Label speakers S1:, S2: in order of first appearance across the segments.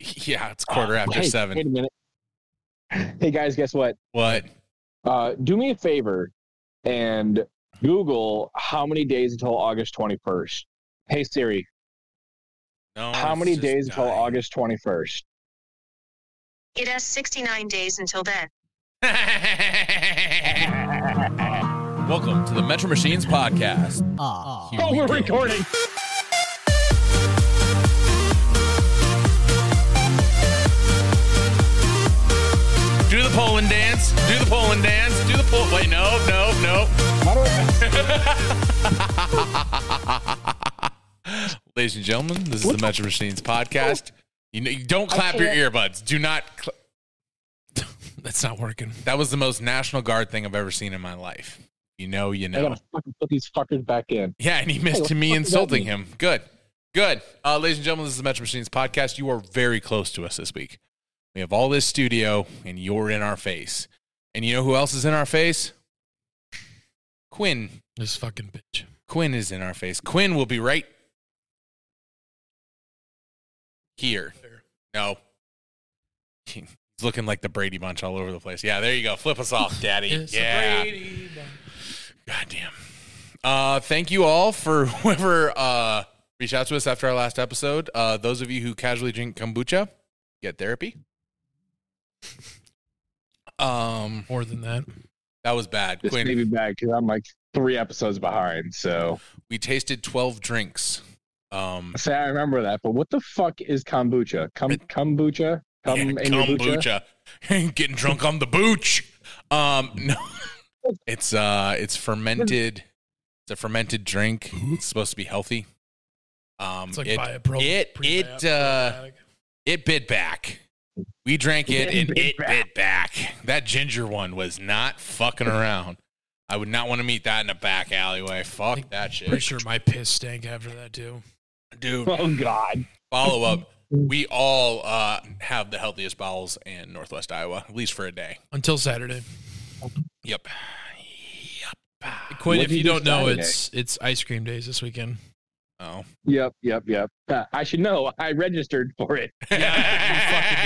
S1: Yeah, it's quarter
S2: Oh,
S1: after
S2: hey,
S1: seven.
S2: Wait a minute. Hey guys, guess what?
S1: What?
S2: Uh, do me a favor and Google how many days until August 21st. Hey Siri,
S1: No.
S2: how
S1: Oh, it's
S2: many
S1: just
S2: days until
S1: dying.
S2: August 21st?
S3: It has 69 days until then.
S1: Welcome to the Metro Machines podcast.
S4: Ah.
S2: Oh,
S1: Here we go. Do the Poland dance. Do the Poland dance. Do the Pol. Wait, no, no, no.
S2: How do I?
S1: Ladies and gentlemen, this is the Metro Machines podcast. You, know, you don't clap your earbuds. Do not. Cl-
S5: That's not working.
S1: that was the most National Guard thing I've ever seen in my life. You know, you
S2: I
S1: know.
S2: gotta fucking put these fuckers back in.
S1: Yeah, and he
S2: Hey,
S1: missed
S2: what
S1: to
S2: the
S1: me
S2: fuck does that
S1: insulting
S2: mean?
S1: him. Good. Good. Uh, ladies and gentlemen, this is the Metro Machines podcast. You are very close to us this week. We have all this studio, and you're in our face. And you know who else is in our face? Quinn.
S5: This fucking bitch.
S1: Quinn is in our face. Quinn will be right here. No. He's looking like the Brady Bunch all over the place. Yeah, there you go. Flip us off, Daddy.
S5: It's
S1: yeah.
S5: Brady Bunch.
S1: Goddamn. Uh, thank you all for whoever uh, reached out to us after our last episode. Uh, those of you who casually drink kombucha, get therapy. Um,
S5: More than that.
S1: that was bad.
S2: This
S1: Quinn,
S2: may be back because I'm like three episodes behind. So
S1: we tasted twelve drinks. Um,
S2: say I remember that, but what the fuck is kombucha? Come kombucha? Come
S1: yeah,
S2: in your kombucha?
S1: kombucha. Getting drunk on the booch. Um, no, it's uh, it's fermented. It's a fermented drink. It's supposed to be healthy. Um,
S5: It's like
S1: it-
S5: Viapril.
S1: it-
S5: pre-lab,
S1: it, uh,
S5: probiotic.
S1: it bit back. We drank it and it bit back. That ginger one was not fucking around. I would not want to meet that in a back alleyway. Fuck that shit.
S5: Pretty sure my piss stank after that too.
S1: Dude,
S2: Oh god.
S1: follow up. We all uh, have the healthiest bowels in Northwest Iowa, at least for a day.
S5: Until Saturday.
S1: Yep. Yep.
S5: Quinn,
S2: What
S5: if
S2: did
S5: you
S2: you
S5: don't
S2: do
S5: know,
S2: Saturday?
S5: it's it's ice cream days this weekend.
S1: Oh.
S2: Yep, yep, yep. Uh, I should know. I registered for it.
S1: Yeah,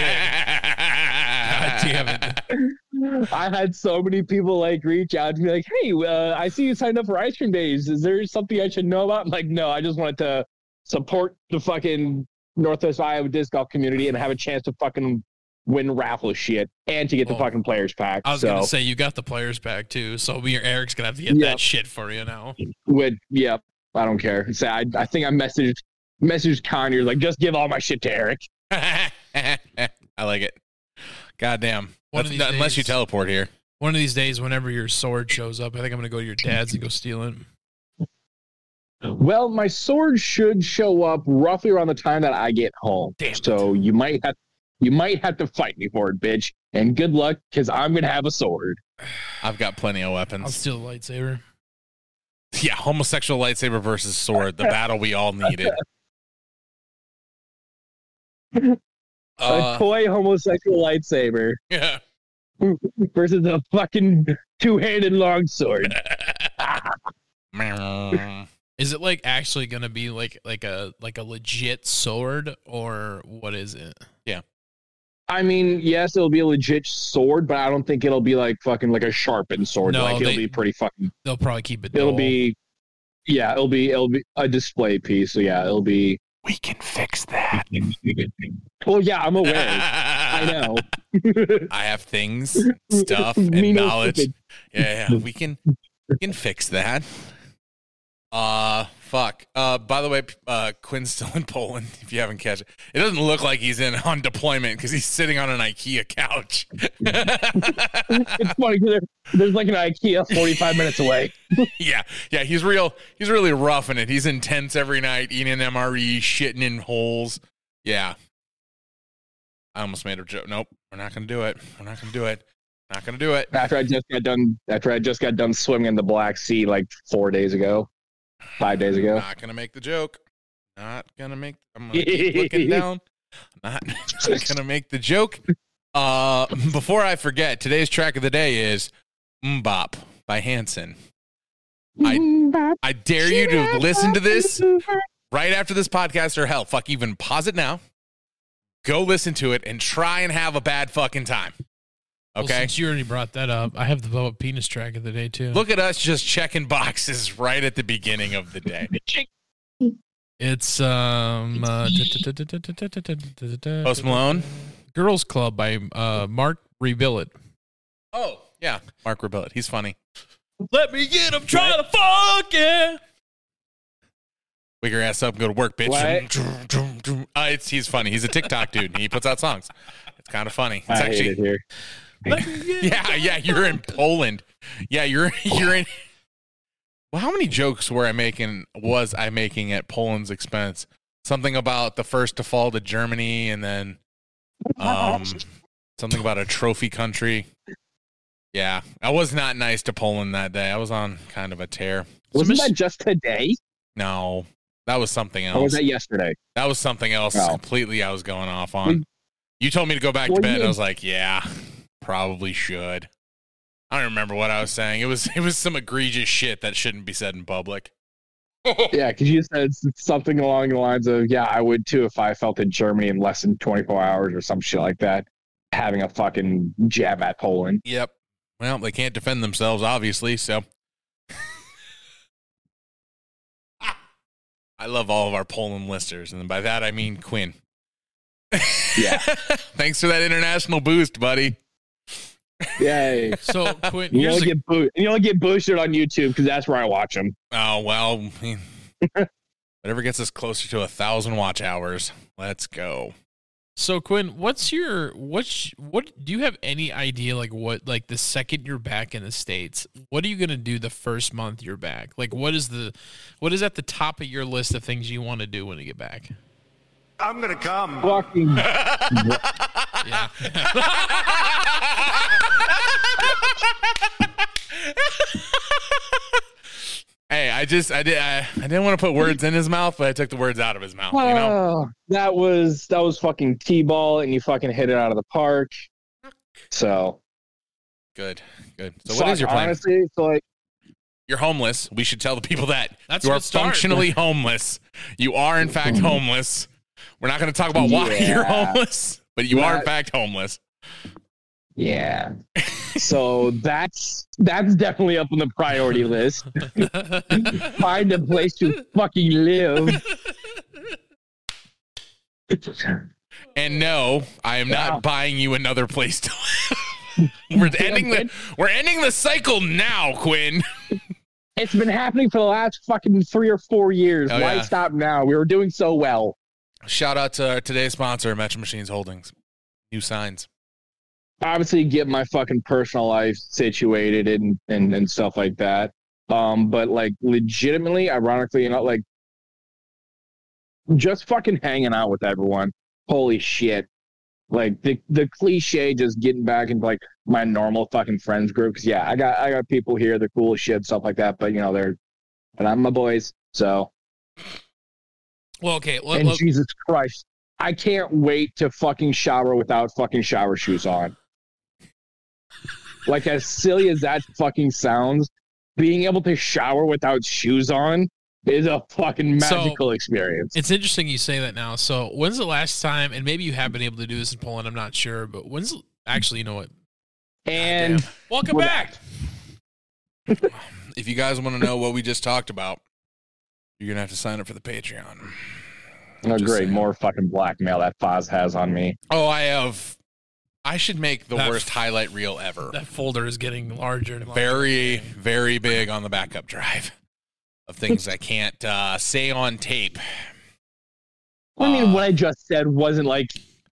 S5: you fucking did. God damn it.
S2: I had so many people like reach out to me like, "Hey, uh, I see you signed up for ice cream days. Is there something I should know about?" I'm like, no, I just wanted to support the fucking Northwest Iowa disc golf community and have a chance to fucking win raffle shit and to get the
S5: Well,
S2: fucking players pack.
S5: Oh. I was
S2: so,
S5: gonna say you got the players back too, so me or Eric's gonna have to get
S2: Yeah.
S5: that shit for you now.
S2: would yep, I don't care. So I, I think I messaged messaged Conyers like, just give all my shit to Eric.
S1: I like it. Goddamn.
S5: One
S1: That's
S5: of these
S1: not- Unless you
S5: days-
S1: teleport here.
S5: One of these days, whenever your sword shows up, I think I'm gonna go to your dad's and go steal it.
S2: Well, my sword should show up roughly around the time that I get home.
S5: Damn it.
S2: so you might have you might have to fight me for it, bitch. And good luck, because I'm gonna have a sword.
S1: I've got plenty of
S5: I'll
S1: weapons.
S5: steal the lightsaber.
S1: Yeah, homosexual lightsaber versus sword, the battle we all needed.
S2: a
S1: Uh,
S2: toy homosexual lightsaber
S1: yeah.
S2: versus a fucking two-handed longsword.
S5: Is it like actually gonna be like like a like a legit sword or what is it?
S2: I mean, yes, it'll be a legit sword, but I don't think it'll be like fucking like a sharpened sword.
S5: No,
S2: like it'll
S5: they-
S2: be pretty fucking.
S5: They'll probably keep it.
S2: It'll
S5: dull.
S2: be, yeah, it'll be it'll be a display piece. So yeah, it'll be.
S1: we can fix that.
S2: Well, yeah, I'm aware. I
S1: I
S2: know.
S1: have things, stuff,
S2: Me
S1: and
S2: no
S1: knowledge.
S2: stupid.
S1: Yeah, yeah, we can we can fix that. Uh fuck. Uh by the way, p- uh Quinn's still in Poland if you haven't catch it. It doesn't look like he's in on deployment cuz he's sitting on an IKEA couch.
S2: It's funny 'cause there, there's like an IKEA 45 minutes away.
S1: yeah. Yeah, he's real he's really roughing it. He's in tents every night eating MRE, shitting in holes. Yeah. I almost made a joke. Nope, we're not going to do it. We're not going to do it. Not going to do it.
S2: after I just got done after I just got done swimming in the Black Sea like four days ago, five days ago.
S1: Not gonna make the joke. Not gonna make. I'm gonna keep looking down. Not gonna make the joke. Uh, before I forget, today's track of the day is "Mbop" by Hanson. I I dare you to listen to this right after this podcast, or hell, fuck, even pause it now. Go listen to it and try and have a bad fucking time.
S5: Well,
S1: Okay.
S5: since you already brought that up, I have the Bubba Penis track of the day too.
S1: Look at us just checking boxes right at the beginning of the day.
S5: it's um uh,
S1: Post Malone.
S5: Girls Club by uh Mark Rebillet.
S1: Oh, yeah. Mark Rebellet. He's funny.
S5: Let me get him trying to fuck yeah.
S1: Wig your ass up and go to work, bitch.
S2: What?
S1: Drum, drum, drum. Uh, it's, he's funny. He's a TikTok dude and he puts out songs. It's kind of funny. It's
S2: I
S1: actually
S2: hate it here.
S5: Let me get him
S1: Yeah, yeah, you're in Poland. Yeah, you're you're in. Well, how many jokes were I making? Was I making at Poland's expense? Something about the first to fall to Germany, and then um, something about a trophy country. Yeah, I was not nice to Poland that day. I was on kind of a tear.
S2: Wasn't
S5: Miss-
S2: that just today?
S1: No, that was something
S2: Or was
S1: else.
S2: that yesterday?
S1: That was something else
S2: Oh.
S1: completely. I was going off on. You told me to go back to
S2: Hmm. Well,
S1: bed.
S2: you-
S1: I was like, yeah, probably should. I don't remember what I was saying. It was it was some egregious shit that shouldn't be said in public.
S2: Yeah, because you said s- something along the lines of, "Yeah, I would too if I felt in Germany in less than 24 hours or some shit like that." Having a fucking jab at Poland.
S1: Yep. Well, they can't defend themselves, obviously. So, I love all of our Poland listeners, and by that I mean Quinn.
S2: Yeah.
S1: Thanks for that international boost, buddy.
S2: Yay.
S5: So Quinn,
S2: You
S5: here's
S2: only
S5: a,
S2: get boo- you only get boosted on YouTube because that's where I watch them.
S1: Oh well, whatever gets us closer to a thousand watch hours. Let's go.
S5: so Quinn, what's your what's what do you have any idea like what like the second you're back in the states, what are you gonna do the first month you're back? Like what is the what is at the top of your list of things you want to do when you get back?
S4: I'm gonna come.
S2: Fucking
S5: Yeah.
S1: hey, I just I did I, I didn't want to put words in his mouth, but I took the words out of his mouth. You know,
S2: Oh, that was that was fucking t-ball, and you fucking hit it out of the park. So,
S1: good, good. So what is
S2: fuck,
S1: your plan?
S2: Honestly, it's like
S1: You're homeless. We should tell the people that
S5: That's
S1: you are
S5: a start.
S1: functionally homeless. You are in fact homeless. We're not going to talk about why you're
S2: Yeah.
S1: homeless, but you are in
S2: That-
S1: fact homeless.
S2: yeah. so that's that's definitely up on the priority list. Find a place to fucking live.
S1: And no, I am not
S2: Wow.
S1: buying you another place to live. we're ending the
S2: good.
S1: we're ending the cycle now, Quinn.
S2: It's been happening for the last fucking three or four years.
S1: Oh,
S2: Why
S1: yeah.
S2: stop now? We were doing so well.
S1: Shout out to our today's sponsor, Metro Machines Holdings. New signs.
S2: obviously get my fucking personal life situated and and, and stuff like that um but like legitimately ironically you know like just fucking hanging out with everyone holy shit like the the cliche just getting back into like my normal fucking friends group because yeah i got i got people here they're cool as shit stuff like that but you know they're and i'm my boys so
S5: well, okay, let,
S2: and
S5: let-
S2: jesus christ i can't wait to fucking shower without fucking shower shoes on like as silly as that fucking sounds being able to shower without shoes on is a fucking
S5: So-
S2: magical experience
S5: It's interesting you say that now. So, when's the last time, and maybe you have been able to do this in Poland, I'm not sure, but when's actually, you know what?
S2: and
S5: Damn. welcome
S2: We're
S5: back.
S1: If you guys want to know what we just talked about, you're gonna have to sign up for the Patreon.
S2: oh
S1: Just
S2: great
S1: saying.
S2: more fucking blackmail that Foz has on me
S1: Oh, I have I should make the
S5: That-
S1: worst highlight reel ever.
S5: That folder is getting larger and larger.
S1: very, very big on the backup drive of things I can't uh, say on tape.
S2: i mean
S1: Uh,
S2: what i just said wasn't like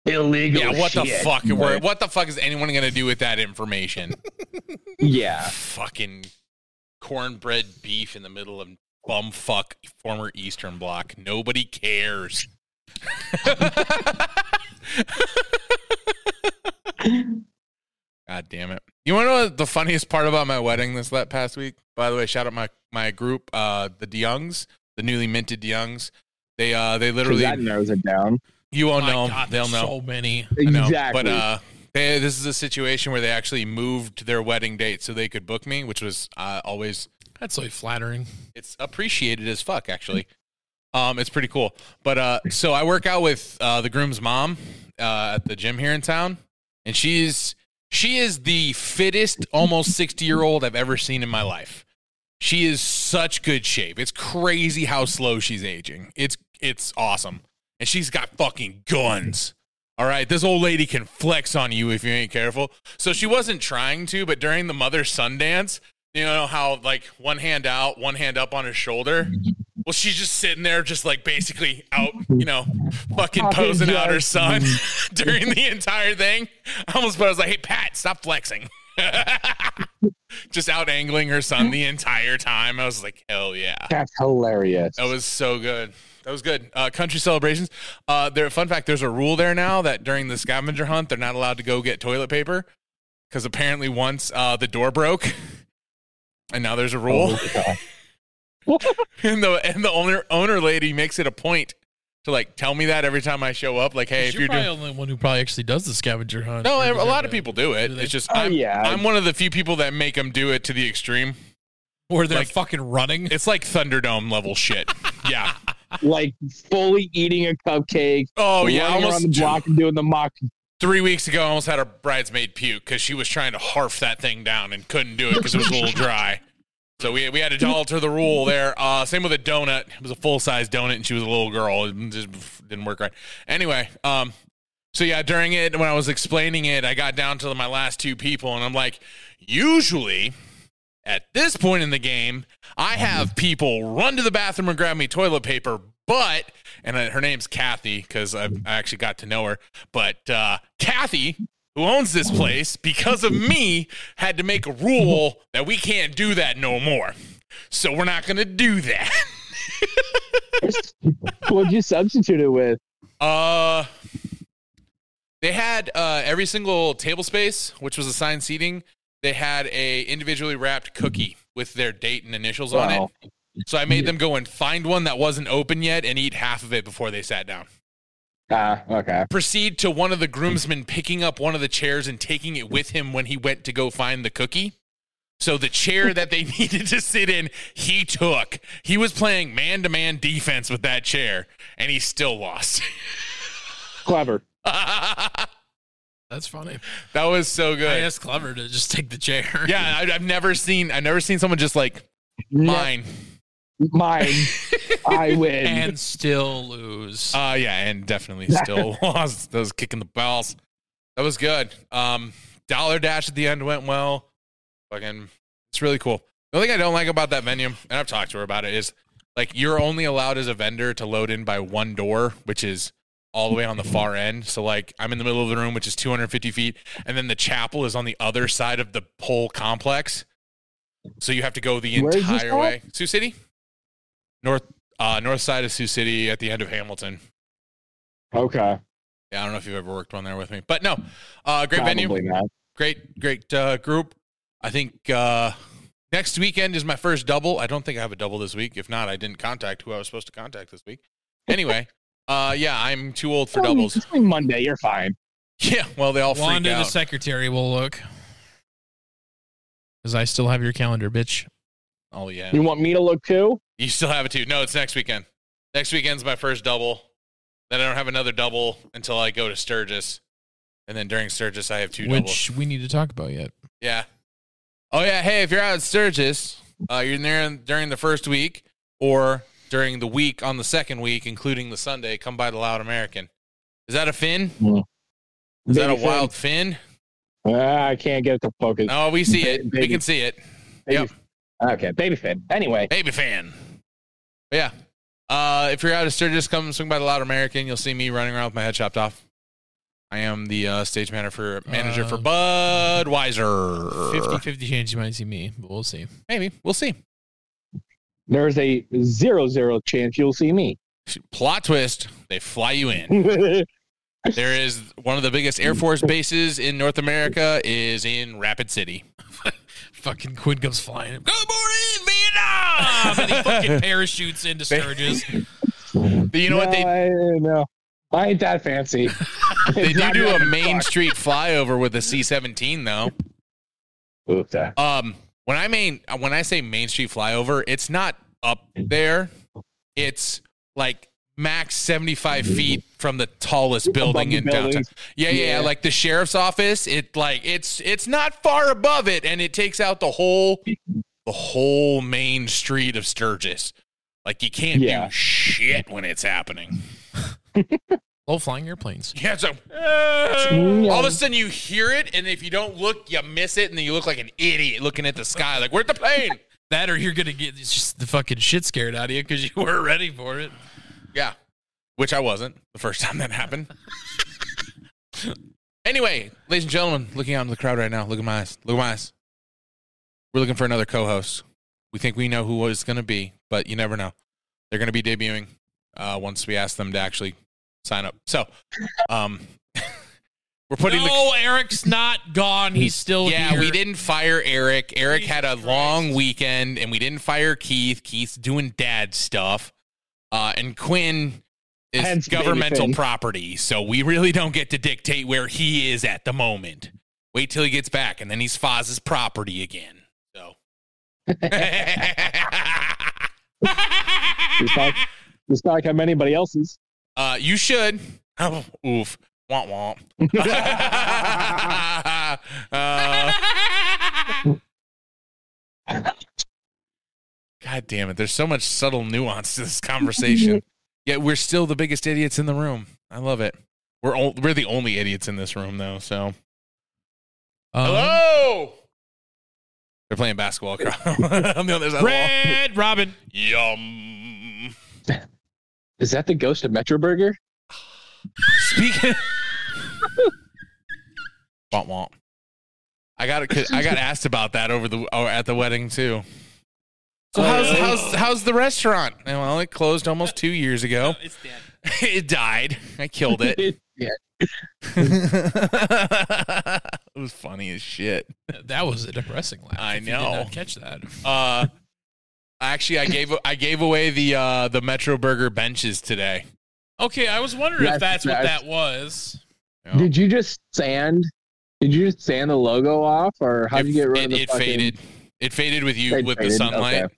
S2: illegal
S1: Yeah, what the
S2: shit,
S1: fuck?
S2: but-
S1: Where, what the fuck is anyone gonna do with that information?
S2: yeah
S1: Fucking cornbread beef in the middle of bumfuck former Eastern Bloc. Nobody cares. God damn it! You want to know what the funniest part about my wedding this let past week? By the way, shout out my my group, uh, the DeYoungs, the newly minted DeYoungs. They uh they literally
S2: that narrows it down
S1: you won't
S5: Oh My
S1: know 'em.
S5: God,
S1: they'll
S5: there's
S1: know
S5: So many.
S1: I know.
S2: exactly
S1: But uh, they, this is a situation where they actually moved their wedding date so they could book me, which was uh, always
S5: That's so flattering.
S1: it's appreciated as fuck actually. Um, it's pretty cool. But uh, so I work out with uh, the groom's mom uh, at the gym here in town, and she's she is the fittest, almost sixty year old I've ever seen in my life. She is such good shape. It's crazy how slow she's aging. It's it's awesome, and she's got fucking guns. All right, this old lady can flex on you if you ain't careful. So she wasn't trying to, but during the mother son dance, you know how like one hand out, one hand up on her shoulder. Well, she's just sitting there, just like basically out, you know, fucking
S2: Popping
S1: posing out her
S2: jokes.
S1: son during the entire thing. I almost, but I was like, "Hey, Pat, stop flexing." just out angling her son the entire time. I was like, "Hell yeah!"
S2: That's hilarious.
S1: That was so good. That was good. Uh, country celebrations. Uh, there. Fun fact: There's a rule there now that during the scavenger hunt, they're not allowed to go get toilet paper because apparently once uh, the door broke, and now there's a
S2: Oh,
S1: rule. and the and the owner owner lady makes it a point to like tell me that every time I show up. Like, hey, if
S5: you're,
S1: you're
S5: probably
S1: doing
S5: the only one who probably actually does the scavenger hunt.
S1: no,
S5: Or does
S1: a lot of
S5: everybody-
S1: people do it.
S5: Do they?
S1: It's just
S2: Oh,
S1: I'm,
S2: yeah.
S1: I'm one of the few people that make them do it to the extreme.
S5: or they're
S1: like-
S5: fucking running.
S1: It's like Thunderdome level shit. Yeah.
S2: like fully eating a cupcake.
S1: Oh yeah.
S2: running
S1: Almost
S2: around the block and doing the mock.
S1: three weeks ago, I almost had a bridesmaid puke because she was trying to harf that thing down and couldn't do it because it was a little dry. So we, we had to alter the rule there. Uh, same with a donut. It was a full size donut, and she was a little girl. It just didn't work right. Anyway, um, so yeah, during it, when I was explaining it, I got down to my last two people, and I'm like, usually at this point in the game, I have people run to the bathroom and grab me toilet paper, but and uh, her name's Kathy because I, I actually got to know her. But uh, Kathy, who owns this place, because of me, had to make a rule that we can't do that no more. So we're not gonna do that.
S2: What'd you substitute it with?
S1: Uh, they had uh, every single table space, which was assigned seating. They had a individually wrapped cookie with their date and initials on it.
S2: Wow.
S1: So I made them go and find one that wasn't open yet and eat half of it before they sat down.
S2: Ah, okay.
S1: Proceed to one of the groomsmen picking up one of the chairs and taking it with him when he went to go find the cookie. So the chair that they needed to sit in, he took. He was playing man to man defense with that chair and he still lost.
S2: Clever.
S1: that
S5: That's funny.
S1: was so
S5: I mean,
S1: good.
S5: that's clever to just take the chair.
S1: Yeah, I, I've never seen I've never seen someone just like mine.
S2: Ne- mine. I win.
S5: and still lose.
S1: Uh yeah, and definitely still lost. That was kicking the balls. That was good. Um Dollar Dash at the end went well. Fucking it's really cool. The only thing I don't like about that venue, and I've talked to her about it, is like you're only allowed as a vendor to load in by one door, which is all the way on the far end. So like I'm in the middle of the room, which is 250 feet, and then the chapel is on the other side of the whole complex. So you have to go the
S2: Where is this
S1: entire
S2: at?
S1: way. Sioux City, north uh, north side of Sioux City, at the end of Hamilton.
S2: okay.
S1: Yeah, I don't know if you've ever worked one there with me, but no, uh, great venue,
S2: Probably not.
S1: great, great uh, group. I think uh, next weekend is my first double. I don't think I have a double this week. If not, I didn't contact who I was supposed to contact this week. Anyway, uh, yeah, I'm too old for
S2: Oh,
S1: doubles.
S2: It's only Monday. You're fine.
S1: Yeah, well, they all freak
S5: Wanda, the
S1: out.
S5: secretary, will look. Because I still have your calendar, bitch.
S1: Oh yeah,
S2: You want me to look too?
S1: you still have it too. No, it's next weekend. Next weekend's my first double. Then I don't have another double until I go to Sturgis, and then during Sturgis I have two doubles.
S5: Which we need to talk about yet.
S1: Yeah. Oh yeah. Hey, if you're out at Sturgis, uh, you're there during the first week or during the week on the second week, including the Sunday. Come by the Loud American. Is that a fin? Is that a
S2: Baby
S1: wild fin?
S2: Finn. Ah, I can't get it to focus.
S1: Oh, we see it.
S2: Baby.
S1: We can see it.
S2: Baby-
S1: Yep.
S2: Okay, baby Finn. Anyway,
S1: Baby fan. But yeah. Uh, if you're out at Sturgis, come swing by the Loud American. You'll see me running around with my head chopped off. I am the uh, stage manager for manager for
S5: Uh,
S1: Budweiser.
S5: 50 50 chance you might see me, but we'll see.
S1: Maybe we'll see.
S2: there's a zero zero chance you'll see me.
S1: Plot twist: They fly you in. There is one of the biggest Air Force bases in North America is in Rapid City.
S5: Fucking Quinn comes flying. Good morning, Vietnam! and he fucking parachutes into Sturgis.
S1: But you know what they
S2: I, no, I ain't that fancy.
S1: they do do a main street flyover with a C seventeen though.
S2: Oopta.
S1: Um, when I mean when I say Main Street flyover, it's not up there. It's like max 75 feet from the tallest building
S2: the
S1: in downtown.
S2: buildings.
S1: Yeah, yeah, yeah,
S2: Yeah.
S1: like the sheriff's office. It like it's it's not far above it, and it takes out the whole the whole main street of Sturgis. Like you can't
S2: Yeah.
S1: do shit when it's happening.
S5: Low flying airplanes.
S1: Yeah, so all of a sudden you hear it, and if you don't look, you miss it, and then you look like an idiot looking at the sky, like where'd the plane?
S5: That or you're gonna get it's just the fucking shit scared out of you because you weren't ready for it.
S1: Yeah. Which I wasn't the first time that happened. anyway, ladies and gentlemen, looking out into the crowd right now, look at my eyes. Look at my eyes. We're looking for another co host. We think we know who it's going to be, but you never know. They're going to be debuting uh, once we ask them to actually sign up. So, um, we're putting the.
S5: no, Eric's not gone. He's still
S1: Yeah,
S5: here.
S1: we didn't fire Eric. Eric had a
S5: Jesus
S1: long
S5: Christ.
S1: weekend, and we didn't fire Keith. Keith's doing dad stuff, uh, and Quinn is
S2: Hence baby
S1: governmental
S2: Finn.
S1: property, so we really don't get to dictate where he is at the moment. Wait till he gets back, and then he's Foz's property again. So.
S2: not- It's not like I'm anybody else's.
S1: Uh, you should. Oh, oof. Womp womp. uh, God damn it. There's so much subtle nuance to this conversation. Yet we're still the biggest idiots in the room. I love it. We're all, we're the only idiots in this room though. So
S5: Um,
S1: hello. They're playing basketball. across- on the other side of the wall.
S5: Red Robin.
S1: Yum.
S2: Is that the ghost of Metro Burger?
S1: Speaking. womp womp. I got I got asked about that over the or at the wedding too. So how's how's how's the restaurant? And, Well, it closed almost two years ago.
S5: It's dead.
S1: it died. I killed it.
S2: yeah.
S1: it was funny as shit.
S5: That was a depressing laugh.
S1: I
S5: if you did not
S1: know.
S5: catch that.
S1: Uh, actually, I gave I gave away the uh, the Metro Burger benches today.
S5: Okay, I was wondering if
S2: That's-
S5: that's what
S2: that's-
S5: that was.
S2: Did you just sand? Did you just sand the logo off, or how
S1: it,
S2: did you get rid
S1: it,
S2: of the
S1: it
S2: fucking?
S1: faded it faded with you
S2: It
S1: with the
S2: faded,
S1: sunlight
S2: okay.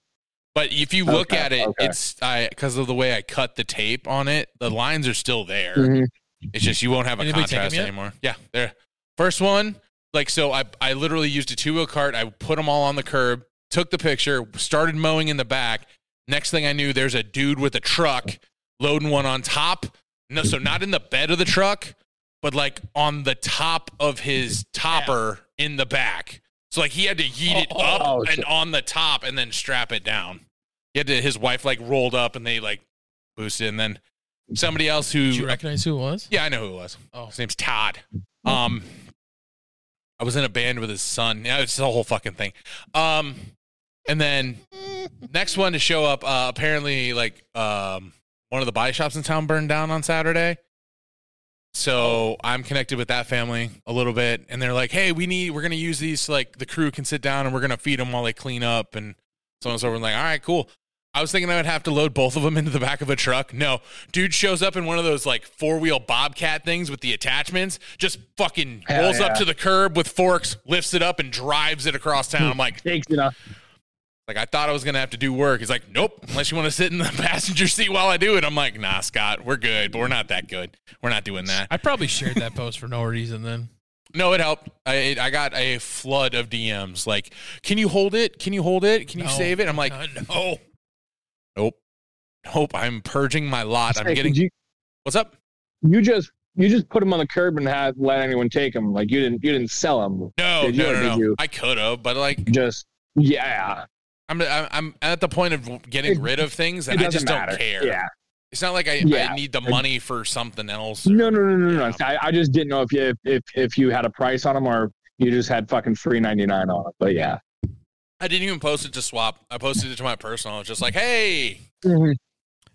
S1: but if you look
S2: Okay,
S1: at it
S2: okay.
S1: it's i because of the way i cut the tape on it the lines are still there
S2: Mhm.
S1: it's just you won't have a
S5: Anybody take 'em
S1: contrast
S5: yet?
S1: anymore yeah there first one like so i i literally used a two-wheel cart i put them all on the curb took the picture started mowing in the back next thing i knew there's a dude with a truck loading one on top no so not in the bed of the truck but like on the top of his topper in the back. So like he had to yeet it up
S2: Oh,
S1: and
S2: shit.
S1: on the top and then strap it down. He had to his wife like rolled up and they like boosted and then somebody else
S5: Did you
S1: who
S5: recognize who it was?
S1: Yeah, I know who it was.
S5: Oh.
S1: His name's Todd. Um I was in a band with his son. Yeah, it's the whole fucking thing. Um and then next one to show up, uh apparently like um one of the body shops in town burned down on Saturday.
S2: Oh.
S1: So I'm connected with that family a little bit, and they're like, "Hey, we need. We're gonna use these. So like the crew can sit down, and we're gonna feed them while they clean up, and so on and so forth." I'm like, "All right, cool." I was thinking I would have to load both of them into the back of a truck. No, dude shows up in one of those like four wheel bobcat things with the attachments. Just fucking
S2: Hell
S1: rolls up
S2: yeah.
S1: to the curb with forks, lifts it up, and drives it across town. I'm like,
S2: Takes it off.
S1: like I thought I was gonna have to do work. He's like, nope. Unless you want to sit in the passenger seat while I do it. I'm like, nah, Scott, we're good, but we're not that good. We're not doing that.
S5: I probably shared that post for no reason then.
S1: No, it helped. I it, I got a flood of DMs like, "Can you hold it? Can you hold it? Can you
S5: No.
S1: save it?" I'm like,
S5: Uh,
S1: "No, nope, nope." I'm purging my lot. I'm
S2: Hey,
S1: getting
S2: did you,
S1: what's up?
S2: you just you just put them on the curb and had, let anyone take them. Like you didn't you didn't sell them.
S1: No,
S2: Did you
S1: no,
S2: or
S1: no,
S2: did
S1: no.
S2: you?
S1: I could have, but like,
S2: Just yeah.
S1: I'm I'm I'm at the point of getting
S2: It-
S1: rid of things,
S2: It
S1: and I
S2: doesn't
S1: just
S2: matter.
S1: don't care.
S2: Yeah.
S1: It's not like I, I
S2: Yeah.
S1: need the money for something else.
S2: No, no, no, no,
S1: Yeah.
S2: no. I, I just didn't know if you if, if if you had a price on them or you just had fucking three ninety nine on it. But yeah.
S1: I didn't even post it to swap. I posted it to my personal. I was just like, "Hey,
S2: Mm-hmm.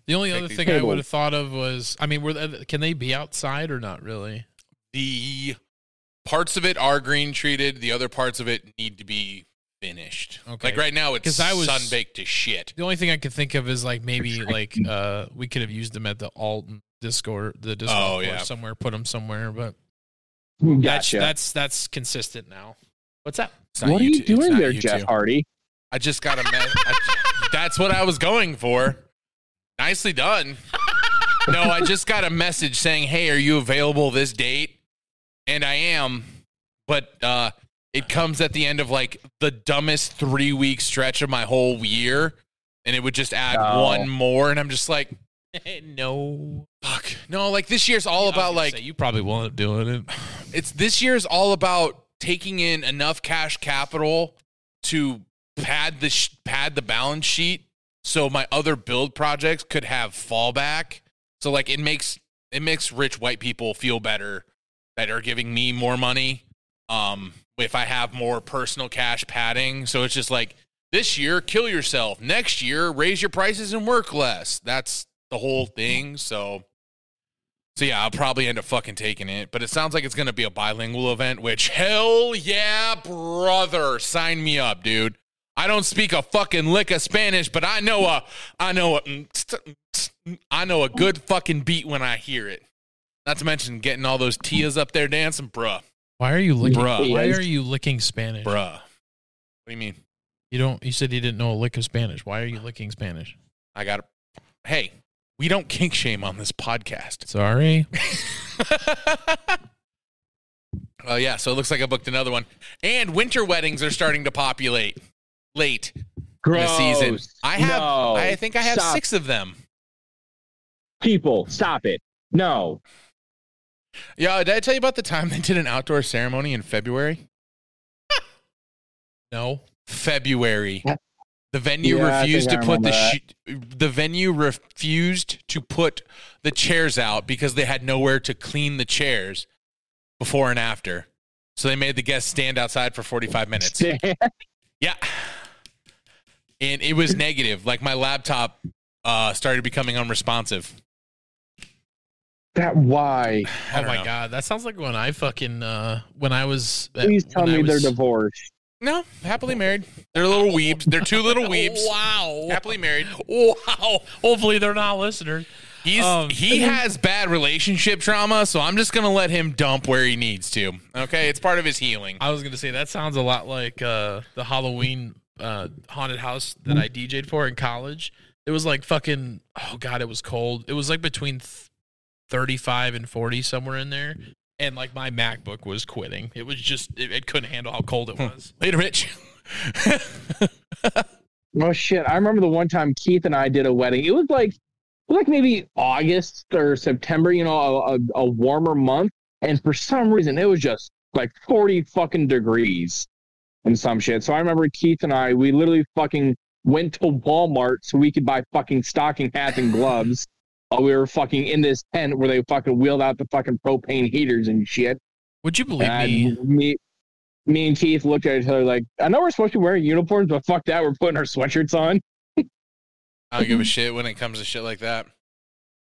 S5: The only
S1: Take
S5: other
S1: these
S5: thing I
S2: tables.
S5: would have thought of was, I mean, were they, can they be outside or not really?
S1: the parts of it are green treated. The other parts of it need to be finished.
S5: Okay.
S1: Like right now, it's
S5: 'Cause I was-
S1: sunbaked to shit.
S5: The only thing I could think of is like maybe like uh we could have used them at the Alton Discord, the Discord
S1: Oh,
S5: or
S1: yeah.
S5: somewhere, put them somewhere, but that's
S2: Gotcha.
S5: that's that's consistent now. What's up?
S1: It's not
S2: what are you
S1: YouTube- it's
S2: doing
S1: not
S2: there,
S1: YouTube.
S2: Jeff Hardy?
S1: I just got a mess. I- that's what I was going for. Nicely done. no, I just got a message saying, "Hey, are you available this date?" And I am, but uh, it comes at the end of like the dumbest three week stretch of my whole year, and it would just add
S2: No.
S1: one more, and I'm just like,
S5: no.
S1: "Fuck, no!" Like this year's all about like
S5: you probably will end up doing it.
S1: it's this year's all about taking in enough cash capital to pad the sh- pad the balance sheet so my other build projects could have fallback so like it makes it makes rich white people feel better that are giving me more money um if i have more personal cash padding so it's just like this year kill yourself next year raise your prices and work less that's the whole thing so so yeah, I'll probably end up fucking taking it, but it sounds like it's gonna be a bilingual event, which hell yeah, brother, sign me up, dude. I don't speak a fucking lick of Spanish, but I know a, I know a, I know a good fucking beat when I hear it. Not to mention getting all those tias up there dancing, bruh,
S5: Why are you licking?
S1: Bruh.
S5: Why are you licking Spanish?
S1: bruh. What do you mean?
S5: You don't. You said you didn't know a lick of Spanish. Why are you licking Spanish?
S1: I got. Hey, we don't kink shame on this podcast.
S5: Sorry.
S1: Oh yeah, so it looks like I booked another one. And winter weddings are starting to populate late in the
S2: Gross.
S1: season. I have
S2: No.
S1: I think I have
S2: Oh, Stop.
S1: 6 of them.
S2: people. Stop it. No.
S1: Yeah, did I tell you about the time they did an outdoor ceremony in February? no, February.
S2: Yeah.
S1: The venue
S2: Yeah, I
S1: refused to
S2: think I
S1: put the
S2: remember
S1: sh- the venue refused to put the chairs out because they had nowhere to clean the chairs before and after. So they made the guests stand outside for 45 minutes. Yeah. And it was negative. Like my laptop uh, started becoming unresponsive.
S2: that why?
S1: I
S5: Oh
S1: don't
S5: my
S1: know.
S5: god, that sounds like when I fucking uh when I was.
S2: Please tell
S5: when I
S2: me
S5: was-
S2: they're divorced.
S1: No, happily married. They're little weebs. They're two little weebs.
S5: Wow.
S1: Happily married.
S5: Wow. Hopefully they're not listeners.
S1: He's
S5: Um,
S1: he has bad relationship trauma, so I'm just gonna let him dump where he needs to. Okay, it's part of his healing.
S5: I was gonna say that sounds a lot like uh, the Halloween uh, haunted house that I DJ'd for in college. It was like fucking oh god, it was cold. It was like between th- thirty-five and forty somewhere in there, and like my MacBook was quitting. It was just it, it couldn't handle how cold it was.
S1: Later, Rich.
S2: Oh shit! I remember the one time Keith and I did a wedding. It was like, it was like maybe August or September. You know, a, a, a warmer month. And for some reason, it was just like forty fucking degrees and some shit. So I remember Keith and I, we literally fucking went to Walmart so we could buy fucking stocking hats and gloves. while we were fucking in this tent where they fucking wheeled out the fucking propane heaters and shit.
S5: Would you believe me?
S2: And me, me and Keith looked at each other like, I know we're supposed to be wearing uniforms, but fuck that, we're putting our sweatshirts on.
S1: I don't give a shit when it comes to shit like that.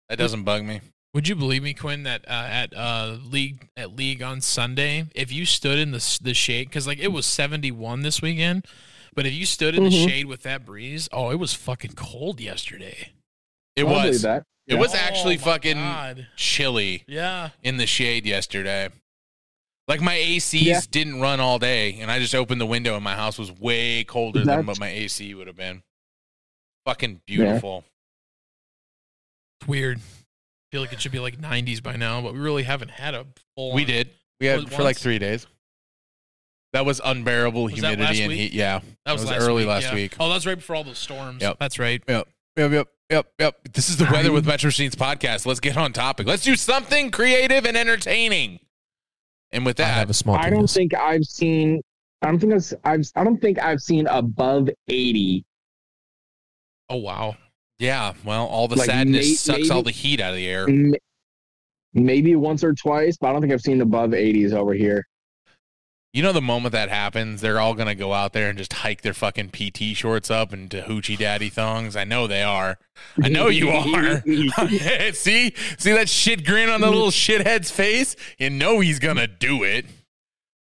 S1: That doesn't bug me.
S5: Would you believe me, Quinn? That uh, at uh, league at league on Sunday, if you stood in the s- the shade, because like it was seventy one this weekend, but if you stood in the
S2: Mhm.
S5: shade with that breeze, oh, it was fucking cold yesterday.
S1: It
S2: I'll believe
S1: was.
S2: that.
S1: It was actually
S5: Oh my
S1: fucking
S5: God.
S1: chilly.
S5: Yeah.
S1: in the shade yesterday. Like my ACs
S2: Yeah.
S1: didn't run all day, and I just opened the window, and my house was way colder than
S2: That's-
S1: what my AC would have been. Fucking beautiful.
S5: It's weird. feel like it should be like 90s by now, but we really haven't had a full.
S1: We did. We
S5: Was
S1: had
S5: it
S1: for like
S5: once?
S1: three days. That was unbearable
S5: Was that last
S1: humidity and
S5: week?
S1: heat. Yeah.
S5: That was,
S1: That was
S5: last
S1: early
S5: week,
S1: last
S5: yeah.
S1: week.
S5: Oh, that's right before all those storms.
S1: Yep.
S5: That's right.
S1: Yep. Yep. Yep. Yep. This is the weather with Metro Machines podcast. Let's get on topic. Let's do something creative and entertaining. And with that,
S5: a small.
S2: I don't think I've seen. I don't think I've, I've. I don't think I've seen above eighty.
S5: Oh wow.
S1: yeah. Well, all the
S2: Like,
S1: sadness
S2: may-
S1: sucks all the
S2: maybe-
S1: heat out of the air.
S2: M- Maybe once or twice, but I don't think I've seen above eighties over here.
S1: You know, the moment that happens, they're all gonna go out there and just hike their fucking PT shorts up into hoochie daddy thongs. I know they are. I know you are. see, see that shit grin on the little shithead's face. You know he's gonna do it.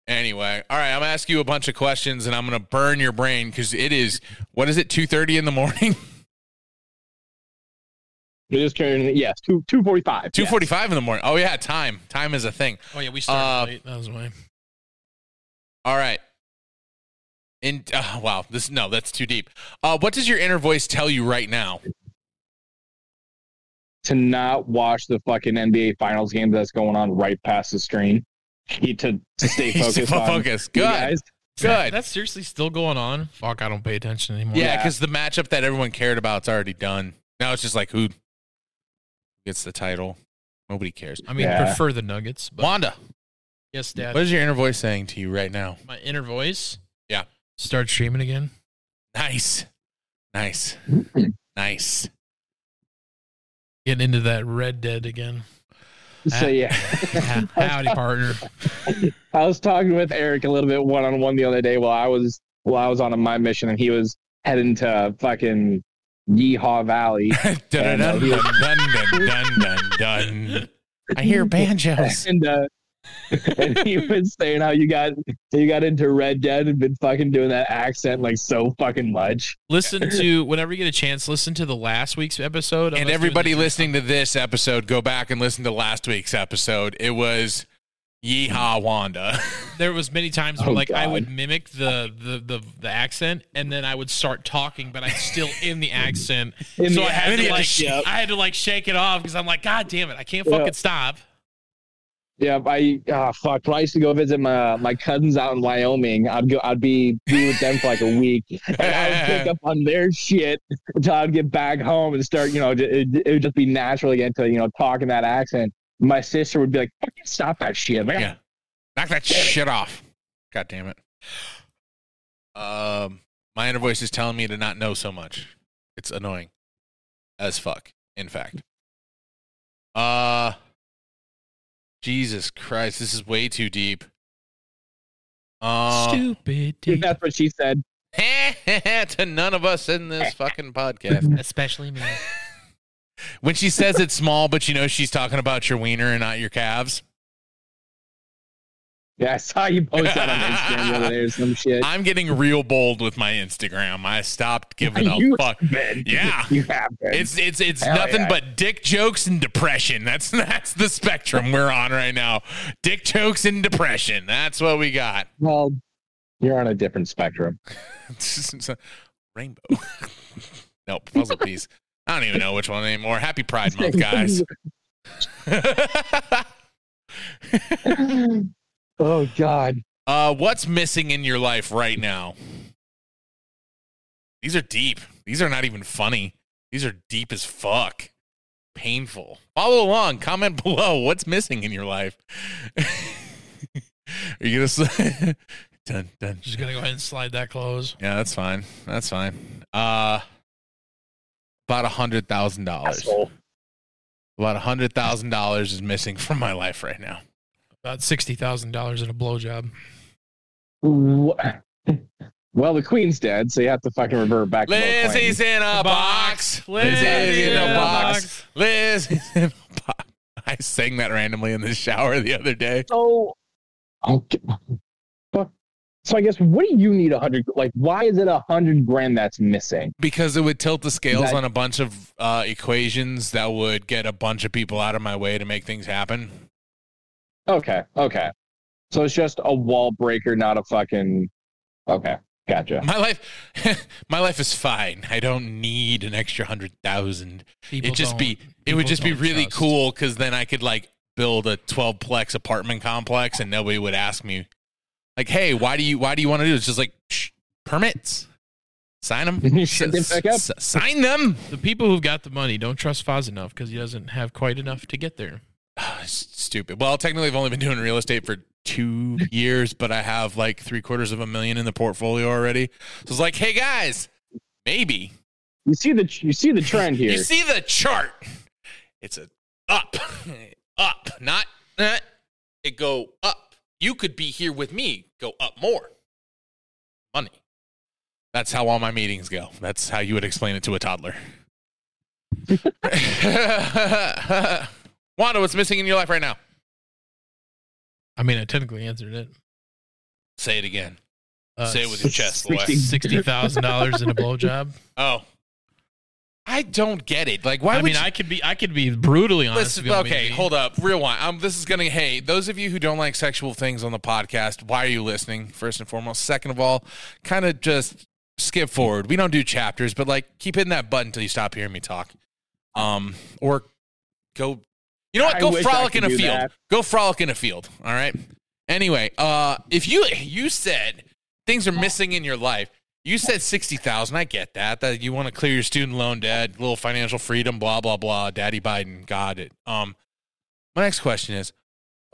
S1: Anyway, all right. I'm gonna ask you a bunch of questions, and I'm gonna burn your brain because it is what is it? Two thirty in the morning.
S2: You're just carrying. Yes, two two forty five.
S1: Two forty five in the morning. Oh yeah, time. Time is a thing.
S5: Oh yeah, we started
S1: Uh,
S5: late. That was why.
S1: All right. In uh, wow, this no, that's too deep. Uh, what does your inner voice tell you right now?
S2: to not watch the fucking NBA Finals game that's going on right past the screen. He to stay
S1: Focus,
S2: focused on you
S1: focus. Good.
S2: guys.
S1: Good.
S5: That's seriously still going on. Fuck, I don't pay attention anymore.
S1: Yeah,
S2: Yeah.
S1: because the matchup that everyone cared about is already done. Now it's just like who gets the title. Nobody cares.
S5: I mean,
S2: Yeah.
S5: prefer the Nuggets. But
S1: Wanda,
S5: yes, Dad.
S1: what is your inner voice saying to you right now?
S5: my inner voice.
S1: Yeah.
S5: Start streaming again.
S1: Nice, nice, nice.
S5: Getting into that Red Dead again.
S2: So yeah,
S5: Howdy, partner.
S2: I was talking with Eric a little bit one on one the other day while I was while I was on my mission, and he was heading to fucking Yeehaw Valley.
S1: dun, dun, dun, dun, dun, dun, dun, dun, dun. I hear banjos.
S2: and uh, and he was saying how you got you got into Red Dead and been fucking doing that accent like so fucking much.
S5: Listen to whenever you get a chance. Listen to the last week's episode. of us
S1: And
S5: doing
S1: everybody
S5: the-
S1: listening to this episode, go back and listen to last week's episode. It was Yeehaw Wanda.
S5: there was many times where
S2: Oh,
S5: like I
S2: God.
S5: would mimic the, the the the accent and then I would start talking, but I'm still in the accent.
S2: In
S5: so
S2: the
S5: I had
S1: accent,
S5: to like
S2: yep.
S5: I had to like shake it off because I'm like, God damn it, I can't
S2: Yeah.
S5: fucking stop.
S2: Yeah, I ah fuck. When I used to go visit my my cousins out in Wyoming, I'd go, I'd be be with them for like a week, and I would pick up on their shit until I'd get back home and start, you know, ju- it, it would just be natural again to you know talking that accent. My sister would be like, "Fucking stop that shit!" Like,
S1: Yeah. Knock that shit off. God damn it. Um, my inner voice is telling me to not know so much. It's annoying as fuck. In fact, uh, Jesus Christ, this is way too deep. Um,
S5: Stupid.
S2: That's what she said.
S1: to none of us in this fucking podcast.
S5: Especially me.
S1: When she says it's small, but you know she's talking about your wiener and not your calves.
S2: Yeah, I saw you post that on Instagram the other day or some shit.
S1: I'm getting real bold with my Instagram. I stopped giving a
S2: You-
S1: fuck.
S2: Man,
S1: Yeah.
S2: you have been.
S1: It's it's it's
S2: Hell
S1: nothing
S2: yeah.
S1: but dick jokes and depression. That's that's the spectrum we're on right now. Dick jokes and depression. That's what we got.
S2: well, you're on a different spectrum.
S1: It's a Rainbow. no puzzle piece. I don't even know which one anymore. Happy Pride Month, guys.
S2: oh God.
S1: uh, what's missing in your life right now? These are deep. These are not even funny. These are deep as fuck. Painful. Follow along. Comment below. What's missing in your life? are you gonna say? dun dun.
S5: Just gonna go ahead and slide that close.
S1: Yeah, that's fine. That's fine. Uh, about a hundred thousand dollars.
S2: Asshole.
S1: About a hundred thousand dollars is missing from my life right now.
S5: About sixty thousand dollars in a blowjob.
S2: Wha- Well, the queen's dead, so you have to fucking revert back. to Lil Wayne.
S1: Lizzie's in a box. Lizzie's in a box. Lizzie's in a box. I sang that randomly in the shower the other day.
S2: So, okay. Fuck. so I guess what do you need a hundred? Like, why is it a hundred grand that's missing?
S1: because it would tilt the scales
S2: That-
S1: on a bunch of uh, equations that would get a bunch of people out of my way to make things happen.
S2: Okay, okay. So it's just a wall breaker, not a fucking. Okay, gotcha.
S1: My life, my life is fine. I don't need an extra hundred thousand.
S5: People
S1: It just
S5: don't-
S1: be, it would
S5: people
S1: just be
S5: don't
S1: really
S5: trust.
S1: cool because then I could like build a twelve plex apartment complex and nobody would ask me, like, hey, why do you, why do you want to do? It? It's just like shh, permits, sign them,
S2: Shut them back up.
S1: sign them.
S5: The people who've got the money don't trust Foz enough because he doesn't have quite enough to get there.
S1: S- Stupid. Well, technically, I've only been doing real estate for two years, but I have like three quarters of a million in the portfolio already. So it's like, hey guys, maybe
S2: You see the you see the trend
S1: you
S2: here.
S1: see the chart. It's a up, up, not eh, it go up. You could be here with me. Go up more. Money. That's how all my meetings go. That's how you would explain it to a toddler. Wanda, what's missing in your life right now?
S5: I mean, I technically answered it.
S1: Say it again.
S5: Uh,
S1: Say it with your chest, boy.
S2: Sixty-
S5: sixty thousand dollars in a blowjob.
S1: Oh, I don't get it. Like, why
S5: I
S1: would
S5: mean,
S1: you?
S5: I could be, I could be brutally honest.
S1: Listen,
S5: if you want me to
S1: okay,
S5: be.
S1: hold up, rewind. Um, this is gonna. Hey, those of you who don't like sexual things on the podcast, why are you listening? First and foremost. Second of all, kind of just skip forward. We don't do chapters, but like, keep hitting that button until you stop hearing me talk. Um, or go. You know what?
S2: I
S1: Go
S2: wish I
S1: frolic in
S2: could
S1: a
S2: do
S1: field.
S2: that.
S1: Go frolic in a field. All right. Anyway, uh, if you you said things are missing in your life, you said sixty thousand. I get that. That you want to clear your student loan debt, little financial freedom, blah blah blah. Daddy Biden, got it. Um, my next question is: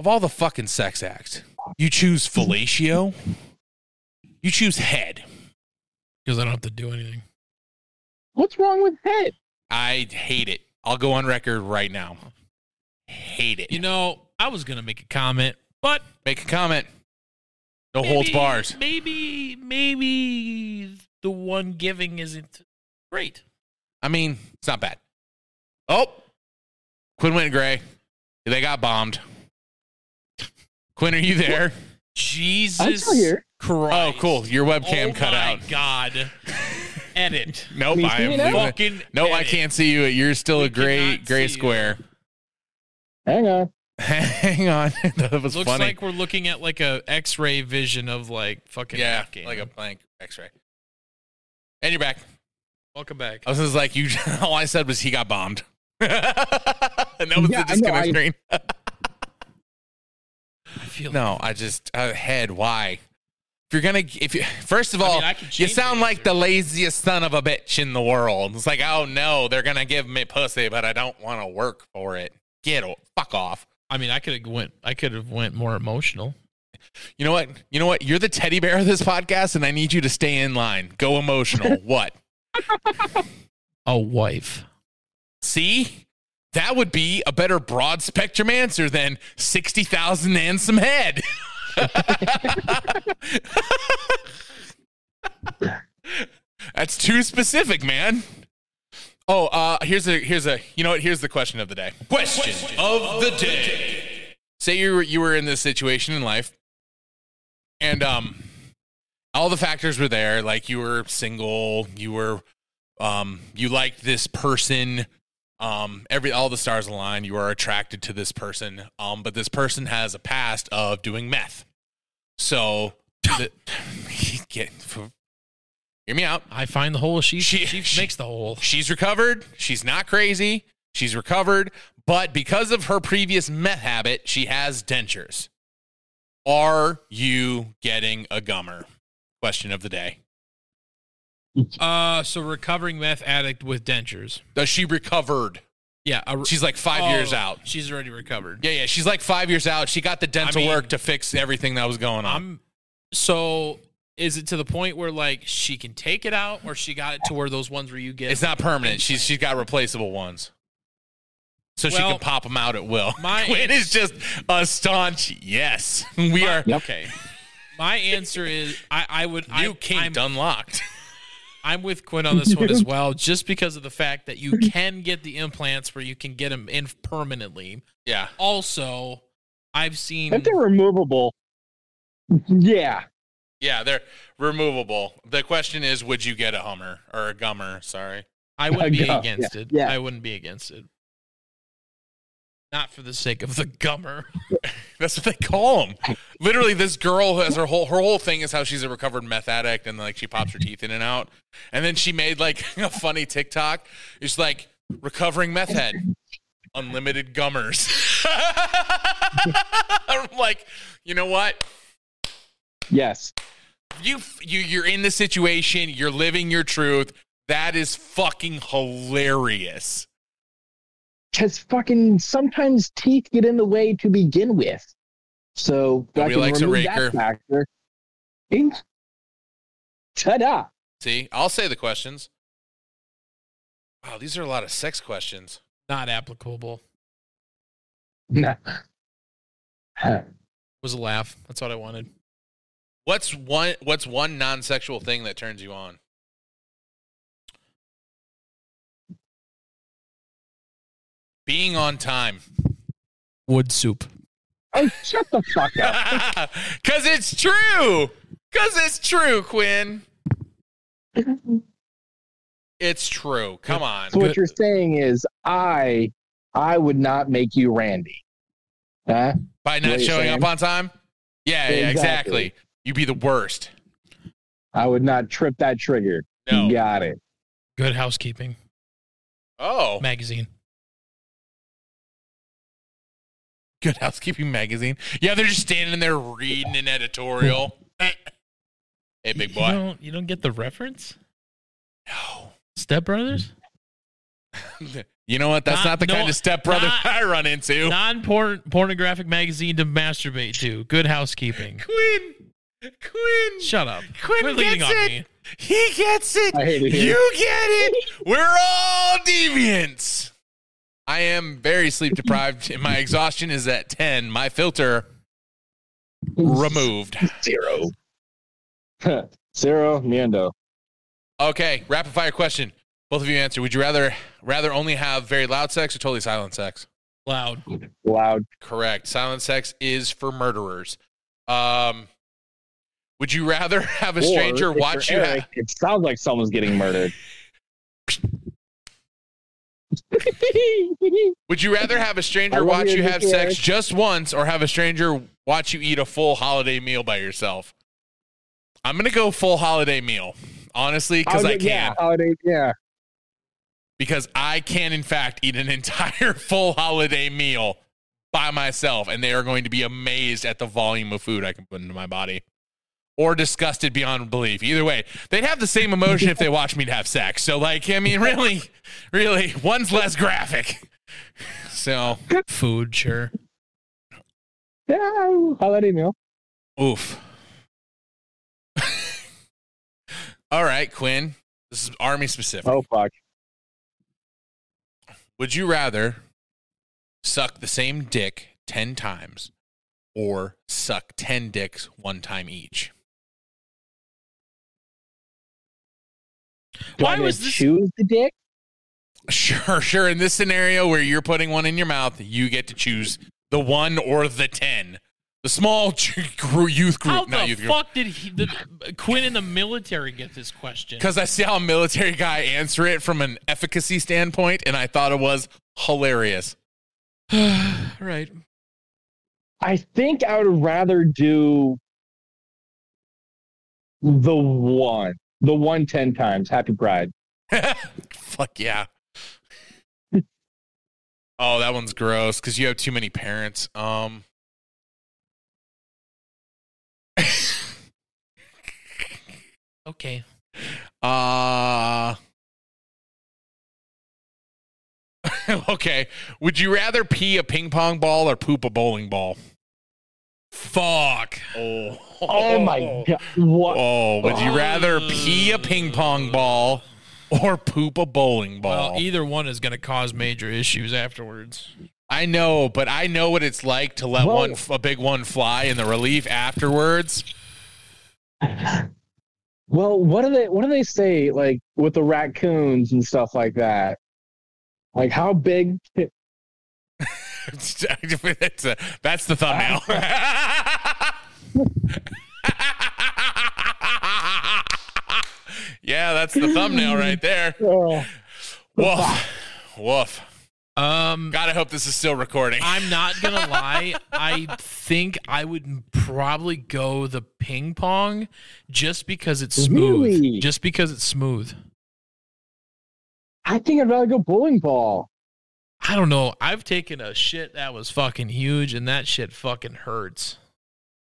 S1: Of all the fucking sex acts, you choose fellatio. You choose head.
S5: because I don't have to do anything.
S2: What's wrong with head?
S1: I hate it. I'll go on record right now. Hate it.
S5: You know, I was gonna make a comment, but
S1: Make a comment. No holds
S5: maybe-
S1: bars.
S5: Maybe, maybe the one giving isn't great.
S1: I mean, it's not bad. Oh, Quinn went gray. They got bombed. Quinn, are you there?
S5: Jesus
S2: I'm still here.
S5: Christ!
S1: Oh, cool. Your webcam
S5: oh
S1: cut
S5: my
S1: out.
S5: God, edit.
S1: Nope,
S2: Can you
S1: I
S2: see
S1: am.
S2: me now?
S1: moving-
S5: Fucking
S1: No, I
S5: edit.
S1: can't see you. You're still a
S5: We
S1: gray
S5: cannot
S1: gray
S5: see you.
S1: square.
S2: Hang on.
S1: Hang on, that was
S5: Looks
S1: funny.
S5: like we're looking at like a X-ray vision of like fucking
S1: yeah,
S5: Batgame.
S1: like a blank X-ray. And you're back.
S5: welcome back.
S1: I was just like, you. All I said was he got bombed, and that was
S2: Yeah, I know,
S1: the disconnect
S2: I-
S1: screen.
S5: I feel
S1: No, I just uh, head. Why? If you're gonna, if you first of
S5: I mean,
S1: all,
S5: I could
S1: you
S5: change
S1: sound
S5: the
S1: like the laziest son of a bitch in the world. It's like, oh no, they're gonna give me pussy, but I don't want to work for it. Get o- fuck off.
S5: I mean, I could have went. I could have went more emotional.
S1: You know what? You know what? You're the teddy bear of this podcast, and I need you to stay in line. Go emotional. what?
S5: A wife.
S1: See, that would be a better broad spectrum answer than sixty thousand and some head. That's too specific, man. Oh, uh, here's a here's a you know what? Here's the question of the day. Question of the day. Say you were you were in this situation in life, and um, all the factors were there. Like you were single, you were um, you liked this person. Um, every all the stars align. You are attracted to this person. Um, but this person has a past of doing meth. So, the, get, hear me out.
S5: I find the hole. She
S1: She-
S5: she,
S1: she-
S5: makes the hole.
S1: She's recovered. She's not crazy. She's recovered, but because of her previous meth habit, she has dentures. Are you getting a gummer? Question of the day.
S5: Uh, so recovering meth addict with dentures.
S1: Does she recovered?
S5: Yeah, a,
S1: She's like five
S5: oh,
S1: years out.
S5: She's already recovered.
S1: Yeah, yeah. She's like five years out. She got the dental
S5: I mean-
S1: work to fix everything that was going on.
S5: I'm. So is it to the point where like she can take it out, or she got it to where those ones where you get
S1: it's not permanent. She's she's got replaceable ones, so she
S5: Well,
S1: can pop them out at will.
S5: my-
S1: Quinn is just a staunch yes. We are
S2: Yep.
S5: okay. My answer is I, I would
S1: new
S5: I,
S1: kink
S5: I'm,
S1: unlocked.
S5: I'm with Quinn on this one as well, just because of the fact that you can get the implants where you can get them in permanently.
S1: yeah,
S5: Also, I've seen
S2: If they're removable, yeah.
S1: yeah. They're removable. The question is, would you get a Hummer or a Gummer? Sorry.
S5: I wouldn't be
S2: Yeah,
S5: against it.
S2: yeah.
S5: I wouldn't be against it. Not for the sake of the gummer.
S1: That's what they call them. Literally, this girl has her whole her whole thing is how she's a recovered meth addict and like she pops her teeth in and out. And then she made like a funny TikTok. It's like recovering meth head, unlimited gummers. I'm like, you know what?
S2: Yes.
S1: You you you're in the situation. You're living your truth. That is fucking hilarious.
S2: Because fucking sometimes teeth get in the way to begin with. So
S1: Nobody
S2: fucking
S1: likes a
S2: remove
S1: raker.
S2: that factor. And ta-da.
S1: See, I'll say the questions. Wow, these are a lot of sex questions.
S5: Not applicable.
S2: Nah.
S5: Was a laugh. That's what I wanted.
S1: What's one what's one non-sexual thing that turns you on? Being on time.
S5: Wood soup.
S2: Oh, shut the fuck up.
S1: Cuz it's true. Cuz it's true, Quinn. It's true. Come on.
S2: So what
S5: Good.
S2: you're saying is I I would not make you Randy. Huh?
S1: By not
S2: What you're
S1: showing up
S2: saying.
S1: on time? Yeah, yeah,
S2: Exactly.
S1: exactly. You'd be the worst.
S2: I would not trip that trigger.
S1: No.
S2: You got it.
S5: Good housekeeping
S1: Oh.
S5: magazine.
S1: Good Housekeeping magazine. Yeah, they're just standing there reading an editorial. hey, big
S5: You
S1: boy.
S5: don't, you don't get the reference?
S1: No.
S5: Step Brothers?
S1: You know what? That's
S5: Not-
S1: not, the
S5: no,
S1: kind of stepbrother
S5: not-
S1: I run into.
S5: Non pornographic magazine to masturbate to. Good housekeeping.
S1: Quinn. Quinn.
S5: Shut up.
S1: Quinn
S5: Quit leaning
S1: gets
S5: on
S1: it.
S5: me.
S1: He gets it.
S2: I hate it here.
S1: You get it. We're all deviants. I am very sleep deprived. and My exhaustion is at 10. My filter removed.
S2: Zero. Zero Mando.
S1: Okay, rapid fire question. Both of you answer. Would you rather rather only have very loud sex or totally silent sex?
S5: Loud.
S2: Loud.
S1: Correct. Silent sex is for murderers. Um, would you rather have a stranger
S2: Or, if
S1: watch you?
S2: you're
S1: ha-
S2: Eric, it sounds like someone's getting murdered.
S1: would you rather have a
S2: I
S1: stranger
S2: love
S1: watch
S2: you,
S1: you have
S2: Mr.
S1: sex
S2: Eric.
S1: just once, or have a stranger watch you eat a full holiday meal by yourself? I'm gonna go full holiday meal, honestly, because I
S2: Oh,
S1: can.
S2: Yeah. holiday- yeah.
S1: because I can, in fact, eat an entire full holiday meal by myself, and they are going to be amazed at the volume of food I can put into my body or disgusted beyond belief. Either way, they'd have the same emotion if they watched me have sex. So, like, I mean, really, really, one's less graphic. So,
S5: Food, sure.
S2: Yeah. Holiday meal.
S1: oof. All right, Quinn, this is Army specific.
S2: Oh fuck.
S1: Would you rather suck the same dick 10 times or suck 10 dicks one time each?
S2: Do
S5: Why
S2: I need
S5: was
S2: to
S5: this-
S2: choose the dick?
S1: Sure, sure. In this scenario where you're putting one in your mouth, you get to choose the one or the 10. The small ch- group, youth
S5: How
S1: group, not
S5: the
S1: youth group.
S5: fuck did he, the, Quinn in the military get this question?
S1: Because I saw a military guy answer it from an efficacy standpoint, and I thought it was hilarious.
S5: right.
S2: I think I would rather do the one, the one ten times. Happy Pride.
S1: Fuck yeah. oh, that one's gross because you have too many parents. Um.
S5: Okay.
S1: Uh Okay. Would you rather pee a ping pong ball or poop a bowling ball? Fuck. Oh,
S2: Oh, my god! What?
S1: Oh, would you rather pee a ping pong ball or poop a bowling ball?
S5: Well, either one is going to cause major issues afterwards.
S1: I know, but I know what it's like to let
S2: Whoa.
S1: one a big one fly and the relief afterwards.
S2: Well, what do they? What do they say? Like with the raccoons and stuff like that. Like how big?
S1: that's, a, uh, that's the thumbnail. yeah, that's the thumbnail right there.
S2: Oh,
S1: Woof. Woof.
S5: Um,
S1: Gotta hope this is still recording.
S5: I'm not gonna lie. I think I would probably go the ping pong, just because it's smooth.
S2: Really?
S5: Just because it's smooth.
S2: I think I'd rather go bowling ball.
S5: I don't know. I've taken a shit that was fucking huge, and that shit fucking hurts.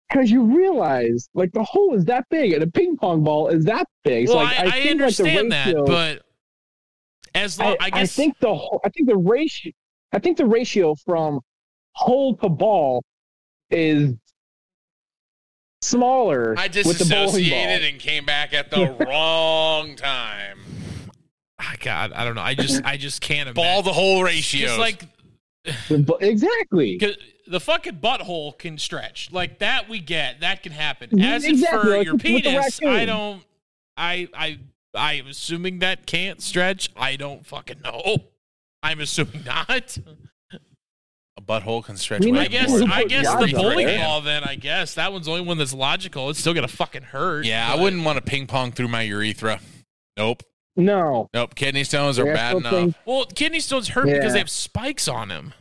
S2: Because you realize, like the hole is that big, and a ping pong ball is that big.
S5: well,
S2: so, like,
S5: I,
S2: think,
S5: I,
S2: like, the
S5: understand
S2: ratio-
S5: that, but as long, I, guess,
S2: I think the whole- I think the ratio I think the ratio from hole to ball is smaller.
S1: I
S2: with the bowling
S1: disassociated
S2: ball.
S1: and came back at the wrong time.
S5: Ah, God, I don't know. I just, I just can't imagine.
S1: Ball the whole ratio.
S5: just like
S2: The bo- exactly.
S5: 'Cause the fucking butthole can stretch. Like that we get. That can happen.
S2: Yeah,
S5: As
S2: Mm-hmm. exactly,
S5: for
S2: like
S5: your
S2: with the
S5: penis,
S2: raccoon.
S5: I don't I I I'm assuming that can't stretch. I don't fucking know. I'm assuming not.
S1: a butthole can stretch.
S2: We
S1: way
S5: I guess
S1: more than
S5: I
S1: a
S5: guess the
S1: bowling
S2: Logic,
S1: ball
S5: bowling
S1: can.
S5: ball then I guess. That one's the only one that's logical. It's still gonna fucking hurt.
S1: Yeah, I
S5: but-
S1: wouldn't want to ping pong through my urethra. Nope.
S2: no.
S1: Nope. Kidney stones are
S2: Yeah,
S1: bad
S2: I still
S1: enough.
S2: think-
S5: Well, kidney stones hurt
S2: Yeah.
S5: because they have spikes on them.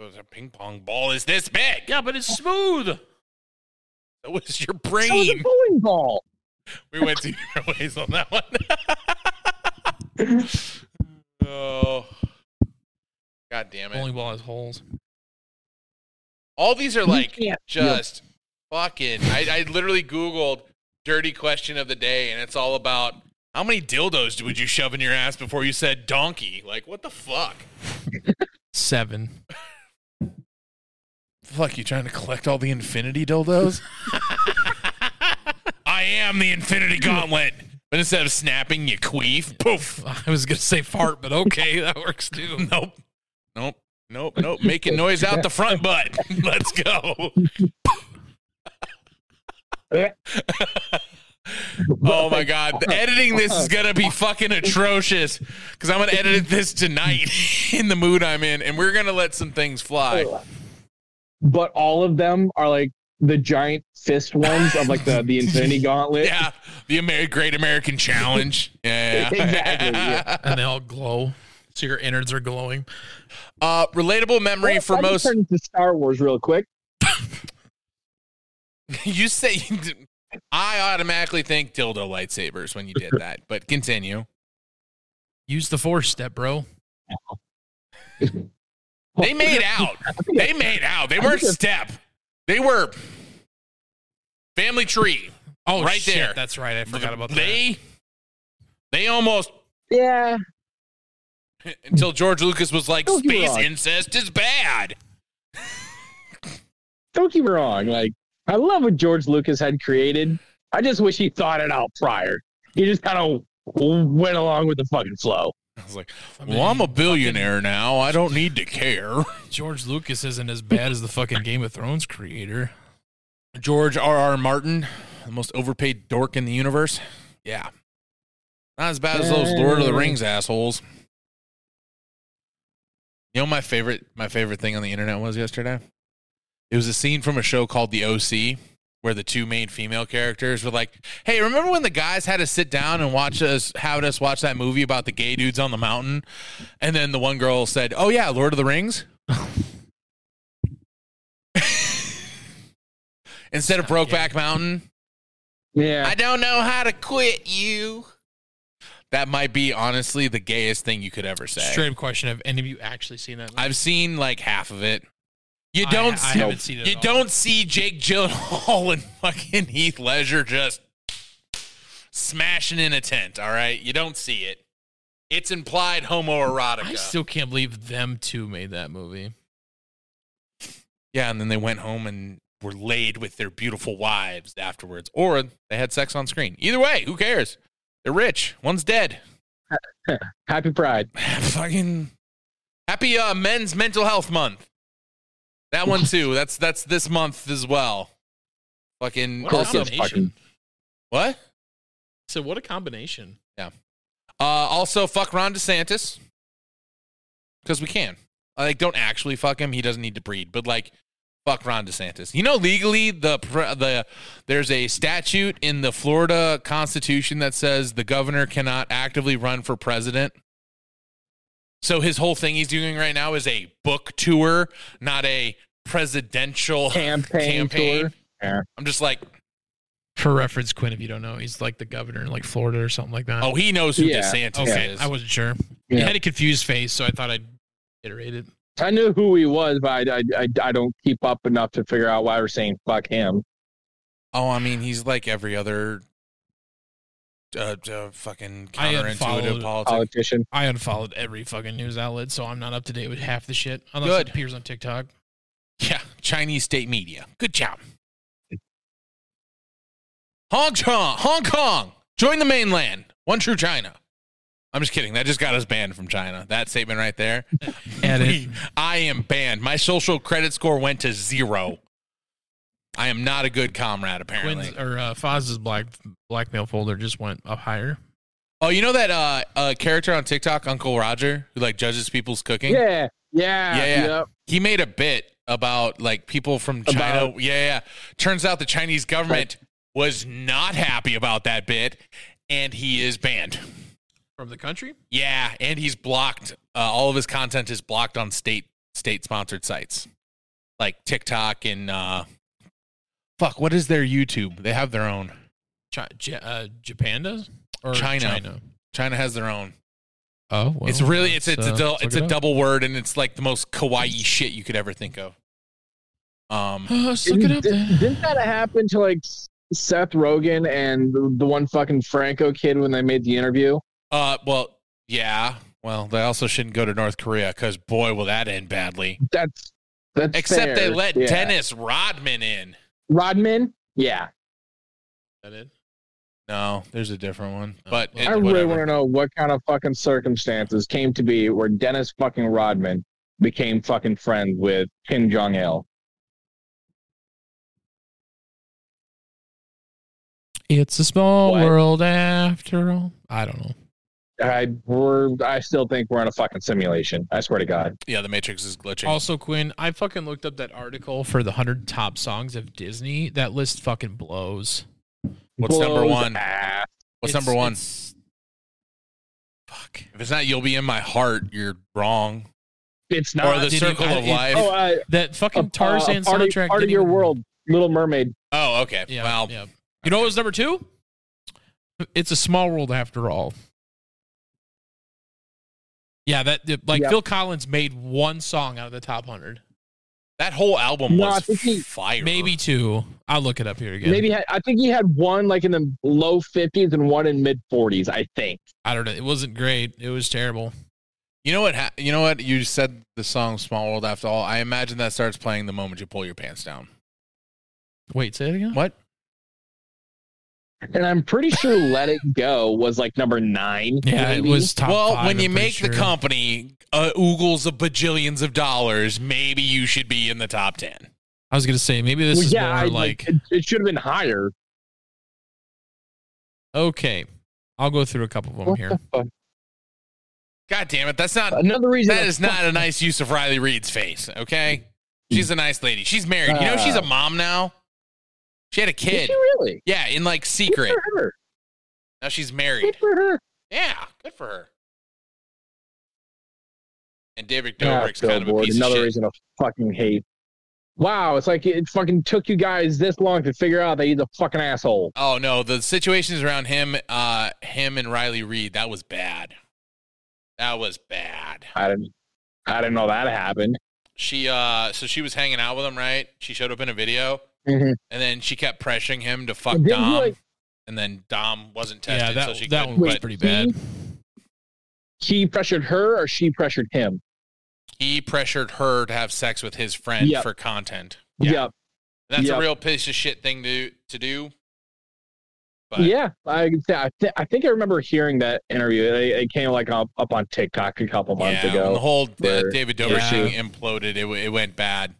S1: A ping pong ball is this big.
S5: Yeah, but it's smooth.
S1: That was your
S2: That was a
S1: brain.
S2: bowling ball.
S1: We went two different ways on that one. oh, god damn it!
S5: Bowling ball has holes.
S1: All these are like
S2: can't-
S1: just fucking. I, I literally Googled dirty question of the day, and it's all about how many dildos would you shove in your ass before you said donkey? Like, what the fuck?
S5: Seven.
S1: Fuck, you trying to collect all the infinity dildos? I am the infinity gauntlet. But instead of snapping, you queef. Poof.
S5: I was gonna say fart, but okay, that works too.
S1: Nope. Nope. Nope. Nope. Making noise out the front butt. Let's go. Oh my god, The editing this is gonna be fucking atrocious because I'm gonna edit this tonight in the mood I'm in, and we're gonna let some things fly.
S2: But all of them are like the giant fist ones of like the, the Infinity Gauntlet.
S1: Yeah, the Amer- Great American Challenge. Yeah,
S2: Exactly, yeah.
S5: And they all glow. So your innards are glowing.
S1: Uh, relatable memory
S2: Well,
S1: for
S2: I'm gonna
S1: most.
S2: turn into Star Wars real quick.
S1: you say I automatically think dildo lightsabers when you did that, but continue.
S5: Use the force step, bro.
S1: They made out. They made out. They weren't step. They were family tree.
S5: Oh,
S1: Right
S5: shit,
S1: there.
S5: That's right. I forgot about that.
S1: they, They almost
S2: Yeah.
S1: until George Lucas was like,
S2: Don't get me
S1: space
S2: wrong.
S1: incest is bad.
S2: Don't get me wrong. Like I love what George Lucas had created. I just wish he thought it out prior. He just kind of went along with the fucking flow.
S1: I was like,
S5: I mean,
S1: well, I'm a billionaire now. I don't need to care.
S5: George Lucas isn't as bad as the fucking Game of Thrones creator.
S1: George R. R. Martin, the most overpaid dork in the universe. Yeah. Not as bad as those Lord of the Rings assholes. You know what my favorite my favorite thing on the internet was yesterday? It was a scene from a show called The OC where the two main female characters were like, "Hey, remember when the guys had to sit down and watch us had us watch that movie about the gay dudes on the mountain?" And then the one girl said, "Oh yeah, Lord of the Rings." Instead of Brokeback Mountain,
S2: Yeah.
S1: I don't know how to quit you. That might be honestly the gayest thing you could ever say.
S5: Straight up question: Have any of you actually seen that?
S1: I've seen like half of it. You
S5: I-
S1: don't
S5: I
S1: see,
S5: haven't seen it
S1: you
S5: at all.
S1: don't see Jake Gyllenhaal and fucking Heath Ledger just smashing in a tent. All right, you don't see it. It's implied homoerotica.
S5: I still can't believe them two made that movie.
S1: yeah, and then they went home and were laid with their beautiful wives afterwards, or they had sex on screen. Either way, who cares? They're rich. One's dead.
S2: Happy Pride.
S1: fucking happy uh, men's mental health month. That one too. That's that's this month as well. Fucking
S5: What
S2: Cool,
S5: a
S2: so
S5: combination!
S2: fucking-
S1: what?
S5: So what a combination!
S1: Uh, also, fuck Ron DeSantis because we can. Like, don't actually fuck him. He doesn't need to breed. But like, fuck Ron DeSantis. You know, legally, the pre- the there's a statute in the Florida Constitution that says the governor cannot actively run for president. So his whole thing he's doing right now is a book tour, not a presidential
S2: Campaign,
S1: campaign.
S2: tour. Yeah.
S1: I'm just like,
S5: For reference, Quinn, if you don't know, he's like the governor in like Florida or something like that.
S1: oh, he knows who
S2: Yeah.
S1: DeSantis
S5: okay.
S1: is.
S5: I wasn't sure. You
S2: Yeah.
S5: had a confused face, so I thought I'd iterate it.
S2: I knew who he was, but I, I, I, I don't keep up enough to figure out why we're saying fuck him.
S1: Oh, I mean, he's like every other uh, uh, fucking
S5: I
S1: counterintuitive
S5: unfollowed-
S1: politic.
S2: Politician.
S5: I unfollowed every fucking news outlet, so I'm not up to date with half the shit unless
S1: Good.
S5: it appears on TikTok.
S1: Yeah, Chinese state media. Good job. Hong Kong, Hong Kong, join the mainland. One true China. I'm just kidding. That just got us banned from China. That statement right there.
S5: Edit.
S1: I am banned. My social credit score went to zero. I am not a good comrade, apparently.
S5: Quinn's or uh, Foz's black blackmail folder just went up higher.
S1: Oh, you know that uh, uh, character on TikTok, Uncle Roger, who like judges people's cooking?
S2: Yeah.
S1: Yeah,
S2: Yeah.
S1: yeah.
S2: yep.
S1: he made a bit about like people from China.
S2: About-
S1: yeah, yeah. Turns out the Chinese government was not happy about that bit, and he is banned.
S5: From the country?
S1: Yeah, and he's blocked. Uh, all of his content is blocked on state state sponsored sites like TikTok and uh, fuck. What is their YouTube? They have their own.
S5: Chi- J- uh, Japan does? Or
S1: China. China has their own.
S5: Oh, well,
S1: it's really it's
S5: let's,
S1: it's a
S5: uh,
S1: dou-
S5: let's
S1: it's
S5: look
S1: a
S5: it up.
S1: double word, and it's like the most kawaii shit you could ever think of. Um,
S5: let's look it up.
S2: Didn't- Didn't that happen to like Seth Rogen and the- the one fucking Franco kid when they made the interview?
S1: uh, well, yeah. Well, they also shouldn't go to North Korea because boy, will that end badly.
S2: That's that's
S1: Except they
S2: fair.
S1: let
S2: Yeah.
S1: Dennis Rodman in.
S2: Rodman. Yeah,
S5: that it?
S1: No, there's a different one.
S5: Oh,
S1: But
S5: well.
S1: it-
S2: I really
S1: whatever.
S2: want to know what kind of fucking circumstances came to be where Dennis fucking Rodman became fucking friend with Kim Jong Il.
S5: It's a small
S2: What?
S5: world after all. I don't know.
S2: I we're I still think we're in a fucking simulation. I swear to God.
S1: yeah, the Matrix is glitching.
S5: Also, Quinn, I fucking looked up that article for the 100 top songs of Disney. That list fucking blows.
S1: What's number
S2: Blows
S1: one?
S2: ass.
S1: What's
S5: It's-
S1: number one?
S5: it's- Fuck.
S1: If it's not, you'll be in my heart. You're wrong.
S2: It's not.
S1: or the
S5: didn't-
S1: circle
S5: I-
S1: of
S5: it-
S1: life.
S2: oh,
S1: Oh,
S2: uh,
S5: That
S2: a-
S5: fucking
S2: a
S5: Tarzan
S2: part of,
S5: soundtrack.
S2: part of
S5: didn't
S2: your
S5: even-
S2: world, Little Mermaid.
S1: Oh, okay.
S5: Yeah.
S1: well,
S5: yeah. You know what was number two? It's a small world after all. Yeah, that like
S2: Yeah.
S5: Phil Collins made one song out of the top hundred,
S1: that whole album
S2: No, I
S1: was
S2: think he-
S1: fire.
S5: maybe two. I'll look it up here again.
S2: Maybe had, I think he had one like in the low fifties and one in mid forties. I think.
S5: I don't know. It wasn't great. It was terrible.
S1: You know what? Ha- you know what? You said the song "Small World." After all, I imagine that starts playing the moment you pull your pants down.
S5: Wait, say it again.
S1: What?
S2: And I'm pretty sure "Let It Go" was like number nine.
S5: Yeah, it
S2: maybe.
S5: was top.
S1: well,
S5: five,
S1: when
S5: I'm
S1: you
S5: pretty
S1: make
S5: sure.
S1: the company uh, oogles of bajillions of dollars, maybe you should be in the top ten.
S5: I was gonna say maybe this
S2: Well,
S5: is
S2: yeah,
S5: more
S2: I,
S5: like,
S2: it, it should have been higher.
S5: okay. I'll go through a couple of them
S2: What
S5: here.
S2: the fuck?
S1: God damn it! That's not.
S2: Another reason
S1: That is not a nice use of Riley Reed's face. Okay, she's a nice lady. She's married. You know, she's a mom now. She had a
S2: Uh, Did
S1: kid.
S2: she really?
S1: Yeah, in like secret.
S2: Good for her.
S1: Now she's
S2: Good
S1: married.
S2: for her.
S1: Yeah, good for her. And David
S2: Ah,
S1: Dobrik's kind of a
S2: billboard,
S1: piece
S2: Another
S1: of shit.
S2: reason to fucking hate. Wow, it's like it fucking took you guys this long to figure out that he's a fucking asshole.
S1: Oh no, the situations around him, uh, him and Riley Reed, that was bad. That was bad.
S2: I didn't. I didn't know that happened.
S1: She, uh, so she was hanging out with him, right? She showed up in a video,
S2: Mhm.
S1: and then she kept pressuring him to fuck
S2: Didn't he,
S1: Dom,
S2: like-
S1: and then Dom wasn't
S5: Yeah,
S1: tested,
S5: that
S1: so she
S5: that one
S1: couldn't.
S5: was
S1: But
S5: pretty bad.
S2: He pressured her, or she pressured him.
S1: he pressured her to have sex with his friend
S2: Yep.
S1: for content.
S2: Yeah.
S1: That's
S2: Yep.
S1: a real piece of shit thing to to do. But
S2: Yeah, I I, th- I think I remember hearing that interview. It, it came like up, up on TikTok a couple months
S1: yeah, when the
S2: ago.
S1: whole uh,
S2: where-
S1: David Dobrik
S5: Yeah.
S1: thing imploded. It, w- it went bad.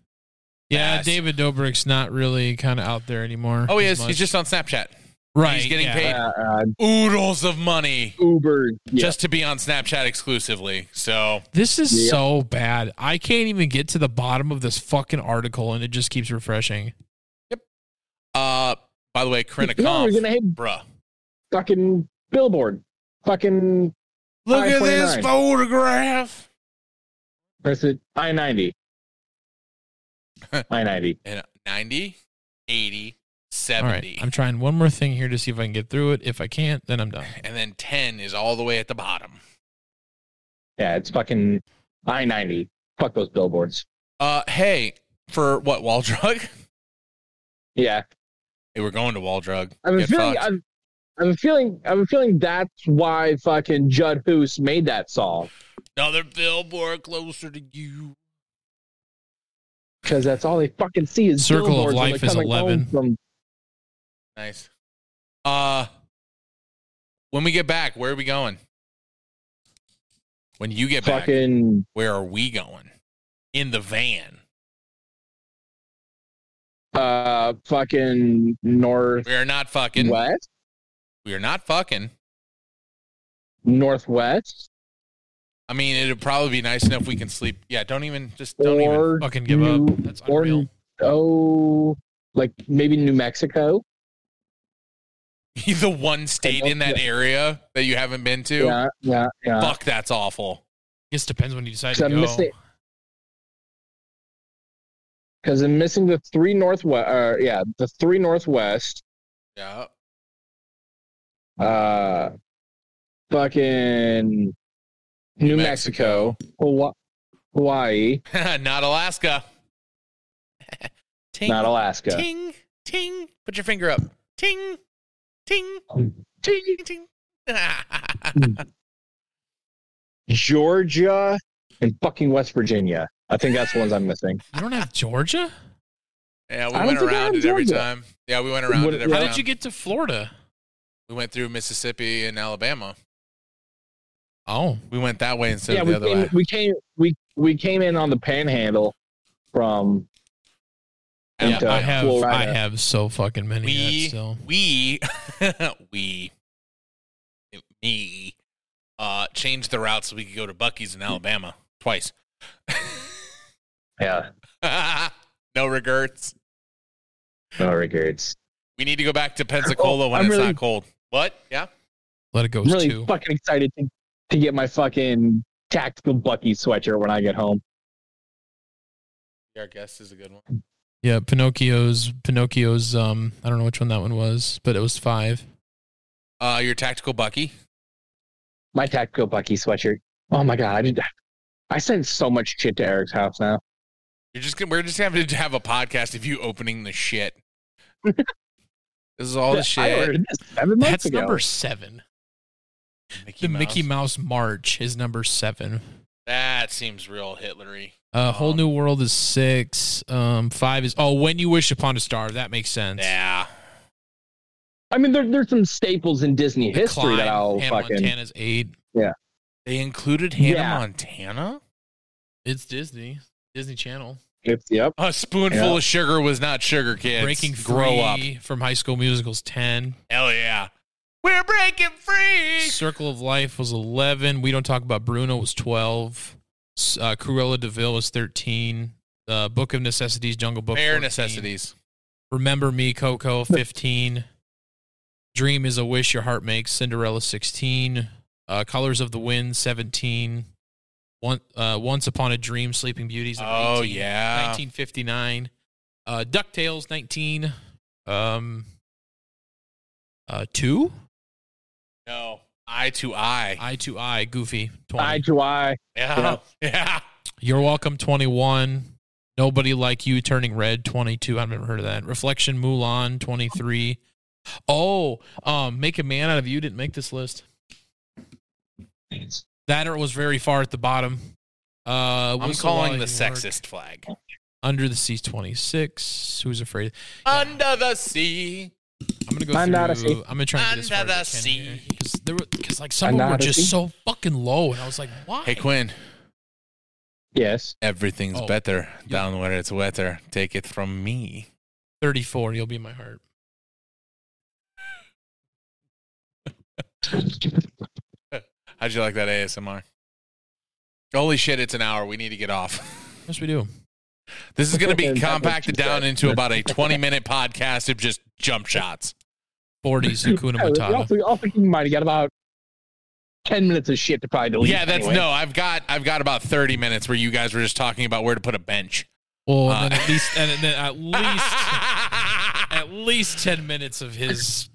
S5: Yeah,
S1: Yes.
S5: David Dobrik's not really kind of out there anymore.
S1: Oh, he
S5: as
S1: is.
S5: much.
S1: He's just on Snapchat.
S5: right.
S1: he's getting
S5: yeah.
S1: paid.
S2: Uh, uh,
S1: Oodles of money
S2: Uber, yeah.
S1: just to be on Snapchat exclusively. So
S5: This is
S2: Yeah.
S5: so bad. I can't even get to the bottom of this fucking article, and it just keeps refreshing.
S1: Uh, by the way, Corinna
S2: no,
S1: Kampf,
S2: we're gonna hit
S1: bruh.
S2: fucking billboard. Fucking
S1: Look at this
S2: 529.
S1: photograph.
S2: press it I ninety. I ninety.
S1: And 90, 80,
S5: All right,
S1: 70.
S5: I'm trying one more thing here to see if I can get through it. If I can't, then I'm done.
S1: and then 10 is all the way at the bottom.
S2: Yeah, it's fucking I ninety. Fuck those billboards.
S1: Uh, hey, for what, Wall Drug?
S2: Yeah,
S1: Hey, we're going to Wall Drug.
S2: I have a
S1: Get
S2: feeling.
S1: fucked.
S2: I'm, I'm feeling. I'm feeling. That's why fucking Judd Hoos made that song
S1: Another billboard closer to you.
S2: because that's all they fucking see is
S5: Circle of
S2: billboards when they're
S5: Life is
S2: coming home
S5: 11.
S2: From
S1: Nice. Uh, when we get back, where are we going? When you get back,
S2: fucking
S1: where are we going? In the van.
S2: uh fucking north
S1: We are not fucking.
S2: west
S1: We are not fucking.
S2: northwest
S1: I mean, it'd probably be nice enough we can sleep. Yeah, don't even just don't even.
S2: or
S5: Fucking give
S2: New-
S5: up. That's
S2: or
S5: unreal.
S2: oh like maybe New Mexico
S1: Be the one state in that area that you haven't been to.
S2: yeah yeah yeah
S1: Fuck, that's awful.
S5: I guess it depends when you decide
S2: because
S5: to
S2: I'm
S5: go.
S2: missing because I'm missing the three northwest uh, yeah the three northwest
S1: Yeah.
S2: uh fucking New Mexico, Hawa- Hawaii
S1: not Alaska. Ting,
S2: not Alaska.
S1: ting, ting. Put your finger up. Ting, ting, ting, ting.
S2: Georgia and fucking West Virginia. I think that's the ones I'm missing.
S5: You don't have Georgia?
S1: yeah, we
S2: I don't
S1: went
S2: think I
S1: around
S2: am
S1: it every
S2: Georgia.
S1: time. Yeah, we went around
S2: What-
S1: it every
S5: How
S1: time.
S5: did you get to Florida?
S1: we went through Mississippi and Alabama.
S5: Oh,
S1: We went that way instead
S2: yeah,
S1: of the
S2: we
S1: other
S2: came,
S1: way.
S2: we came we we came in on the Panhandle from
S5: yeah,
S2: into
S5: I have
S2: Florida.
S5: I have so fucking many.
S1: We-
S5: ads still.
S1: we we me uh changed the route so we could go to Bucky's in Alabama twice.
S2: yeah
S1: no regrets.
S2: no regrets.
S1: We need to go back to Pensacola when
S2: I'm
S1: it's
S2: really-
S1: not cold. What? Yeah.
S5: Let it go
S2: I'm really
S5: too.
S2: fucking excited to, to get my fucking tactical Bucky sweater when I get home.
S1: Our guest is a good one.
S5: Yeah, Pinocchio's Pinocchio's um I don't know which one that one was, but it was five.
S1: Uh your tactical Bucky.
S2: My tactical Bucky sweatshirt. Oh my god, I did. I sent so much shit to Eric's house now.
S1: You're just gonna, we're just having to have a podcast of you opening the shit. this is all the
S2: I
S1: shit.
S2: ordered this seven months
S5: That's
S2: ago.
S5: number seven.
S1: Mickey
S5: The
S1: Mouse.
S5: Mickey Mouse March is number seven.
S1: That seems real Hitlery.
S5: Uh, whole
S1: Um,
S5: new world is six. Um, five is oh, when you wish upon a star. That makes sense.
S1: Yeah.
S2: I mean, there, there's some staples in Disney
S5: The
S2: history
S5: Climb,
S2: that I'll
S5: Hannah
S2: fucking.
S5: Montana's eight.
S1: They included Hannah
S2: Yeah.
S1: Montana?
S5: It's Disney, Disney Channel.
S2: It's, yep.
S1: A spoonful
S2: Yeah.
S1: of sugar was not sugar, kids.
S5: Breaking
S1: Grow up.
S5: free from High School Musicals ten.
S1: Hell yeah. We're breaking free.
S5: Circle of Life was eleven. We don't talk about Bruno was twelve. S- Uh, Cruella Deville was thirteen. Uh, Book of Necessities, Jungle Book.
S1: Bare
S5: 14.
S1: necessities.
S5: Remember Me, Coco, 15. Dream is a Wish Your Heart Makes, Cinderella, 16. Uh, Colors of the Wind, 17. One, uh, Once Upon a Dream, Sleeping Beauties.
S1: Oh, yeah.
S5: 1959. Uh, DuckTales, 19. Um, uh, 2?
S1: No. Eye to eye.
S5: Eye to Eye, Goofy, 20.
S2: Eye to eye.
S1: Yeah. Yeah.
S5: You're Welcome, 21. Nobody Like You, Turning Red, 22. I've never heard of that. Reflection, Mulan, 23. Oh, um, Make a Man Out of You didn't make this list. That or it was very far at the bottom. Uh,
S1: I'm
S5: Whistle
S1: calling
S5: While
S1: the
S5: You Work,
S1: sexist flag.
S5: Under the Sea 26. Who's Afraid?
S1: Under the sea.
S5: I'm gonna go
S2: I'm
S5: through.
S2: not a sea.
S5: I'm gonna try and get
S1: Under
S5: as
S1: the
S5: far as I can because there because like some
S2: I'm
S5: of them
S2: not
S5: were
S2: a sea.
S5: just so fucking low, and I was like, why?
S1: Hey, Quinn.
S2: Yes.
S1: Everything's
S5: Oh.
S1: better
S5: Yeah.
S1: down where it's wetter. Take it from me.
S5: 34. You'll be in my heart.
S1: How'd you like that ASMR? Holy shit, it's an hour. We need to get off.
S5: Yes, we do.
S1: This is going to
S2: That
S1: be
S2: was
S1: compacted
S2: just
S1: down
S2: good.
S1: into about a 20 minute podcast of just jump shots.
S5: 40s. Hakuna
S2: Yeah, I'll,
S5: Matata.
S2: think- I'll think you might have got about ten minutes of shit to probably delete.
S1: Yeah, that's
S2: anyway.
S1: no. I've got I've got about 30 minutes where you guys were just talking about where to put a bench.
S5: Well,
S1: Uh,
S5: and then at least and then at least
S1: oh
S5: at least 10 minutes of his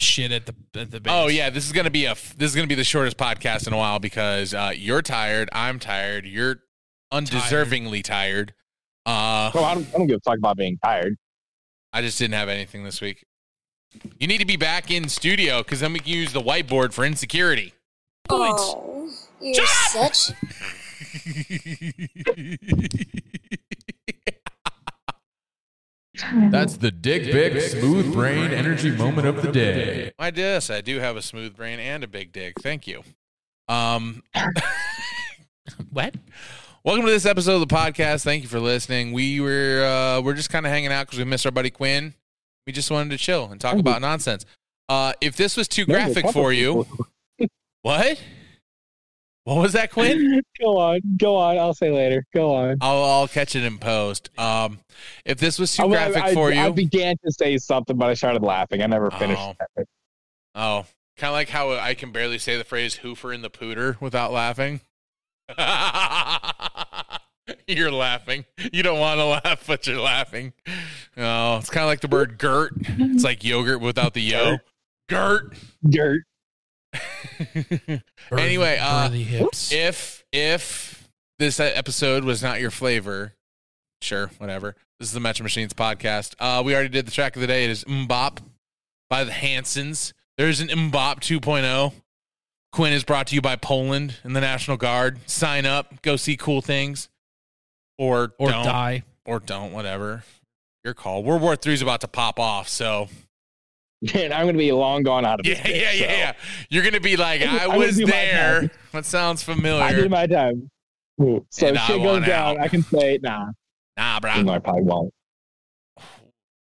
S5: shit at the at the base.
S1: Oh, yeah, this is going to be a f- this is going to be the shortest podcast in a while because uh, you're tired, I'm tired, you're undeservingly tired. Uh,
S2: Oh, I don't, I don't give a fuck about being tired.
S1: I just didn't have anything this week. You need to be back in studio because then we can use the whiteboard for insecurity.
S5: Points.
S6: Oh, you're such
S7: That's the Dick Big Smooth Brain Energy Moment of the Day.
S1: I do. Yes, I do have a smooth brain and a big dick. Thank you. Um,
S5: What?
S1: welcome to this episode of the podcast. Thank you for listening. We were uh, we're just kind of hanging out because we miss our buddy Quinn. We just wanted to chill and talk
S2: Thank you.
S1: about nonsense. Uh, if this was too
S2: There's a
S1: graphic
S2: couple
S1: for you,
S2: people.
S1: what? What was that, Quinn?
S2: Go on, go on. I'll say later. Go on.
S1: I'll, I'll catch it in post. Um, if this was too
S2: I- I-
S1: graphic
S2: I,
S1: for you,
S2: I began to say something, but I started laughing. I never finished.
S1: Oh.
S2: that.
S1: oh, kind of like how I can barely say the phrase "hoofer in the pooter" without laughing. you're laughing. You don't want to laugh, but you're laughing. Oh, it's kind of like the word "gert." It's like yogurt without the yo. Gert.
S2: Dirt.
S5: Burn-
S1: Anyway, uh,
S5: burn the hips.
S1: If if this episode was not your flavor, Sure, whatever. This is the Metro Machines podcast. Uh, we already did the track of the day. It is Mbop by the Hansons. There's an Mbop 2.0. Quinn is brought to you by Poland and the National Guard. Sign up, go see cool things, or
S5: or
S1: don't,
S5: die.
S1: or don't, whatever. Your call. World War Three is about to pop off, so
S2: and I'm gonna be long gone out of
S1: yeah,
S2: business,
S1: yeah, yeah,
S2: so.
S1: yeah. You're gonna be like,
S2: I
S1: I,
S2: would
S1: was
S2: do my
S1: there. That sounds
S2: I did
S1: familiar.
S2: my time. So
S1: And
S2: if
S1: I
S2: shit
S1: want
S2: goes down,
S1: out.
S2: I can say nah.
S1: nah,
S2: even
S1: bro.
S2: though I probably won't.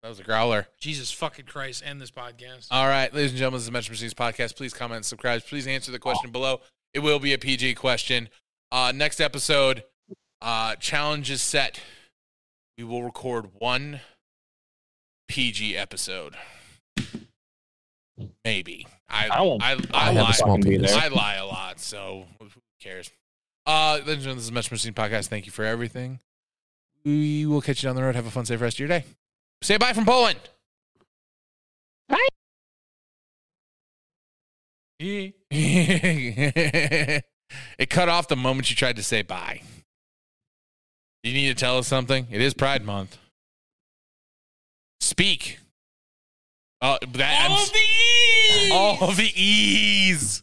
S1: That was a growler.
S5: Jesus fucking Christ! End this podcast.
S1: All right, ladies and gentlemen, this is the Metro Machines podcast. Please comment, subscribe. Please answer the question below. It will be a PG question. Uh, next episode, uh, challenge is set. We will record one PG episode. Maybe I
S2: I won't-
S1: I, I,
S2: I won't
S1: lie.
S2: fucking be there.
S1: I lie a lot, so who cares? Uh, ladies and gentlemen, this is the Metro Machines podcast. Thank you for everything. We will catch you down the road. Have a fun, safe rest of your day. Say bye from Poland. it cut off the moment you tried to say bye. You need to tell us something. It is Pride Month. Speak. Uh, that,
S5: All
S1: I'm-
S5: of these.
S1: all the ease.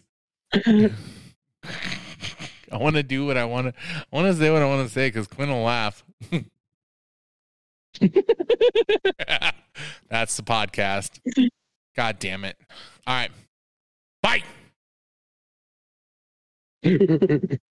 S1: I want to do what I want to. I want to say what I want to say because Quinn will laugh. That's the podcast. God damn it! All right, bye.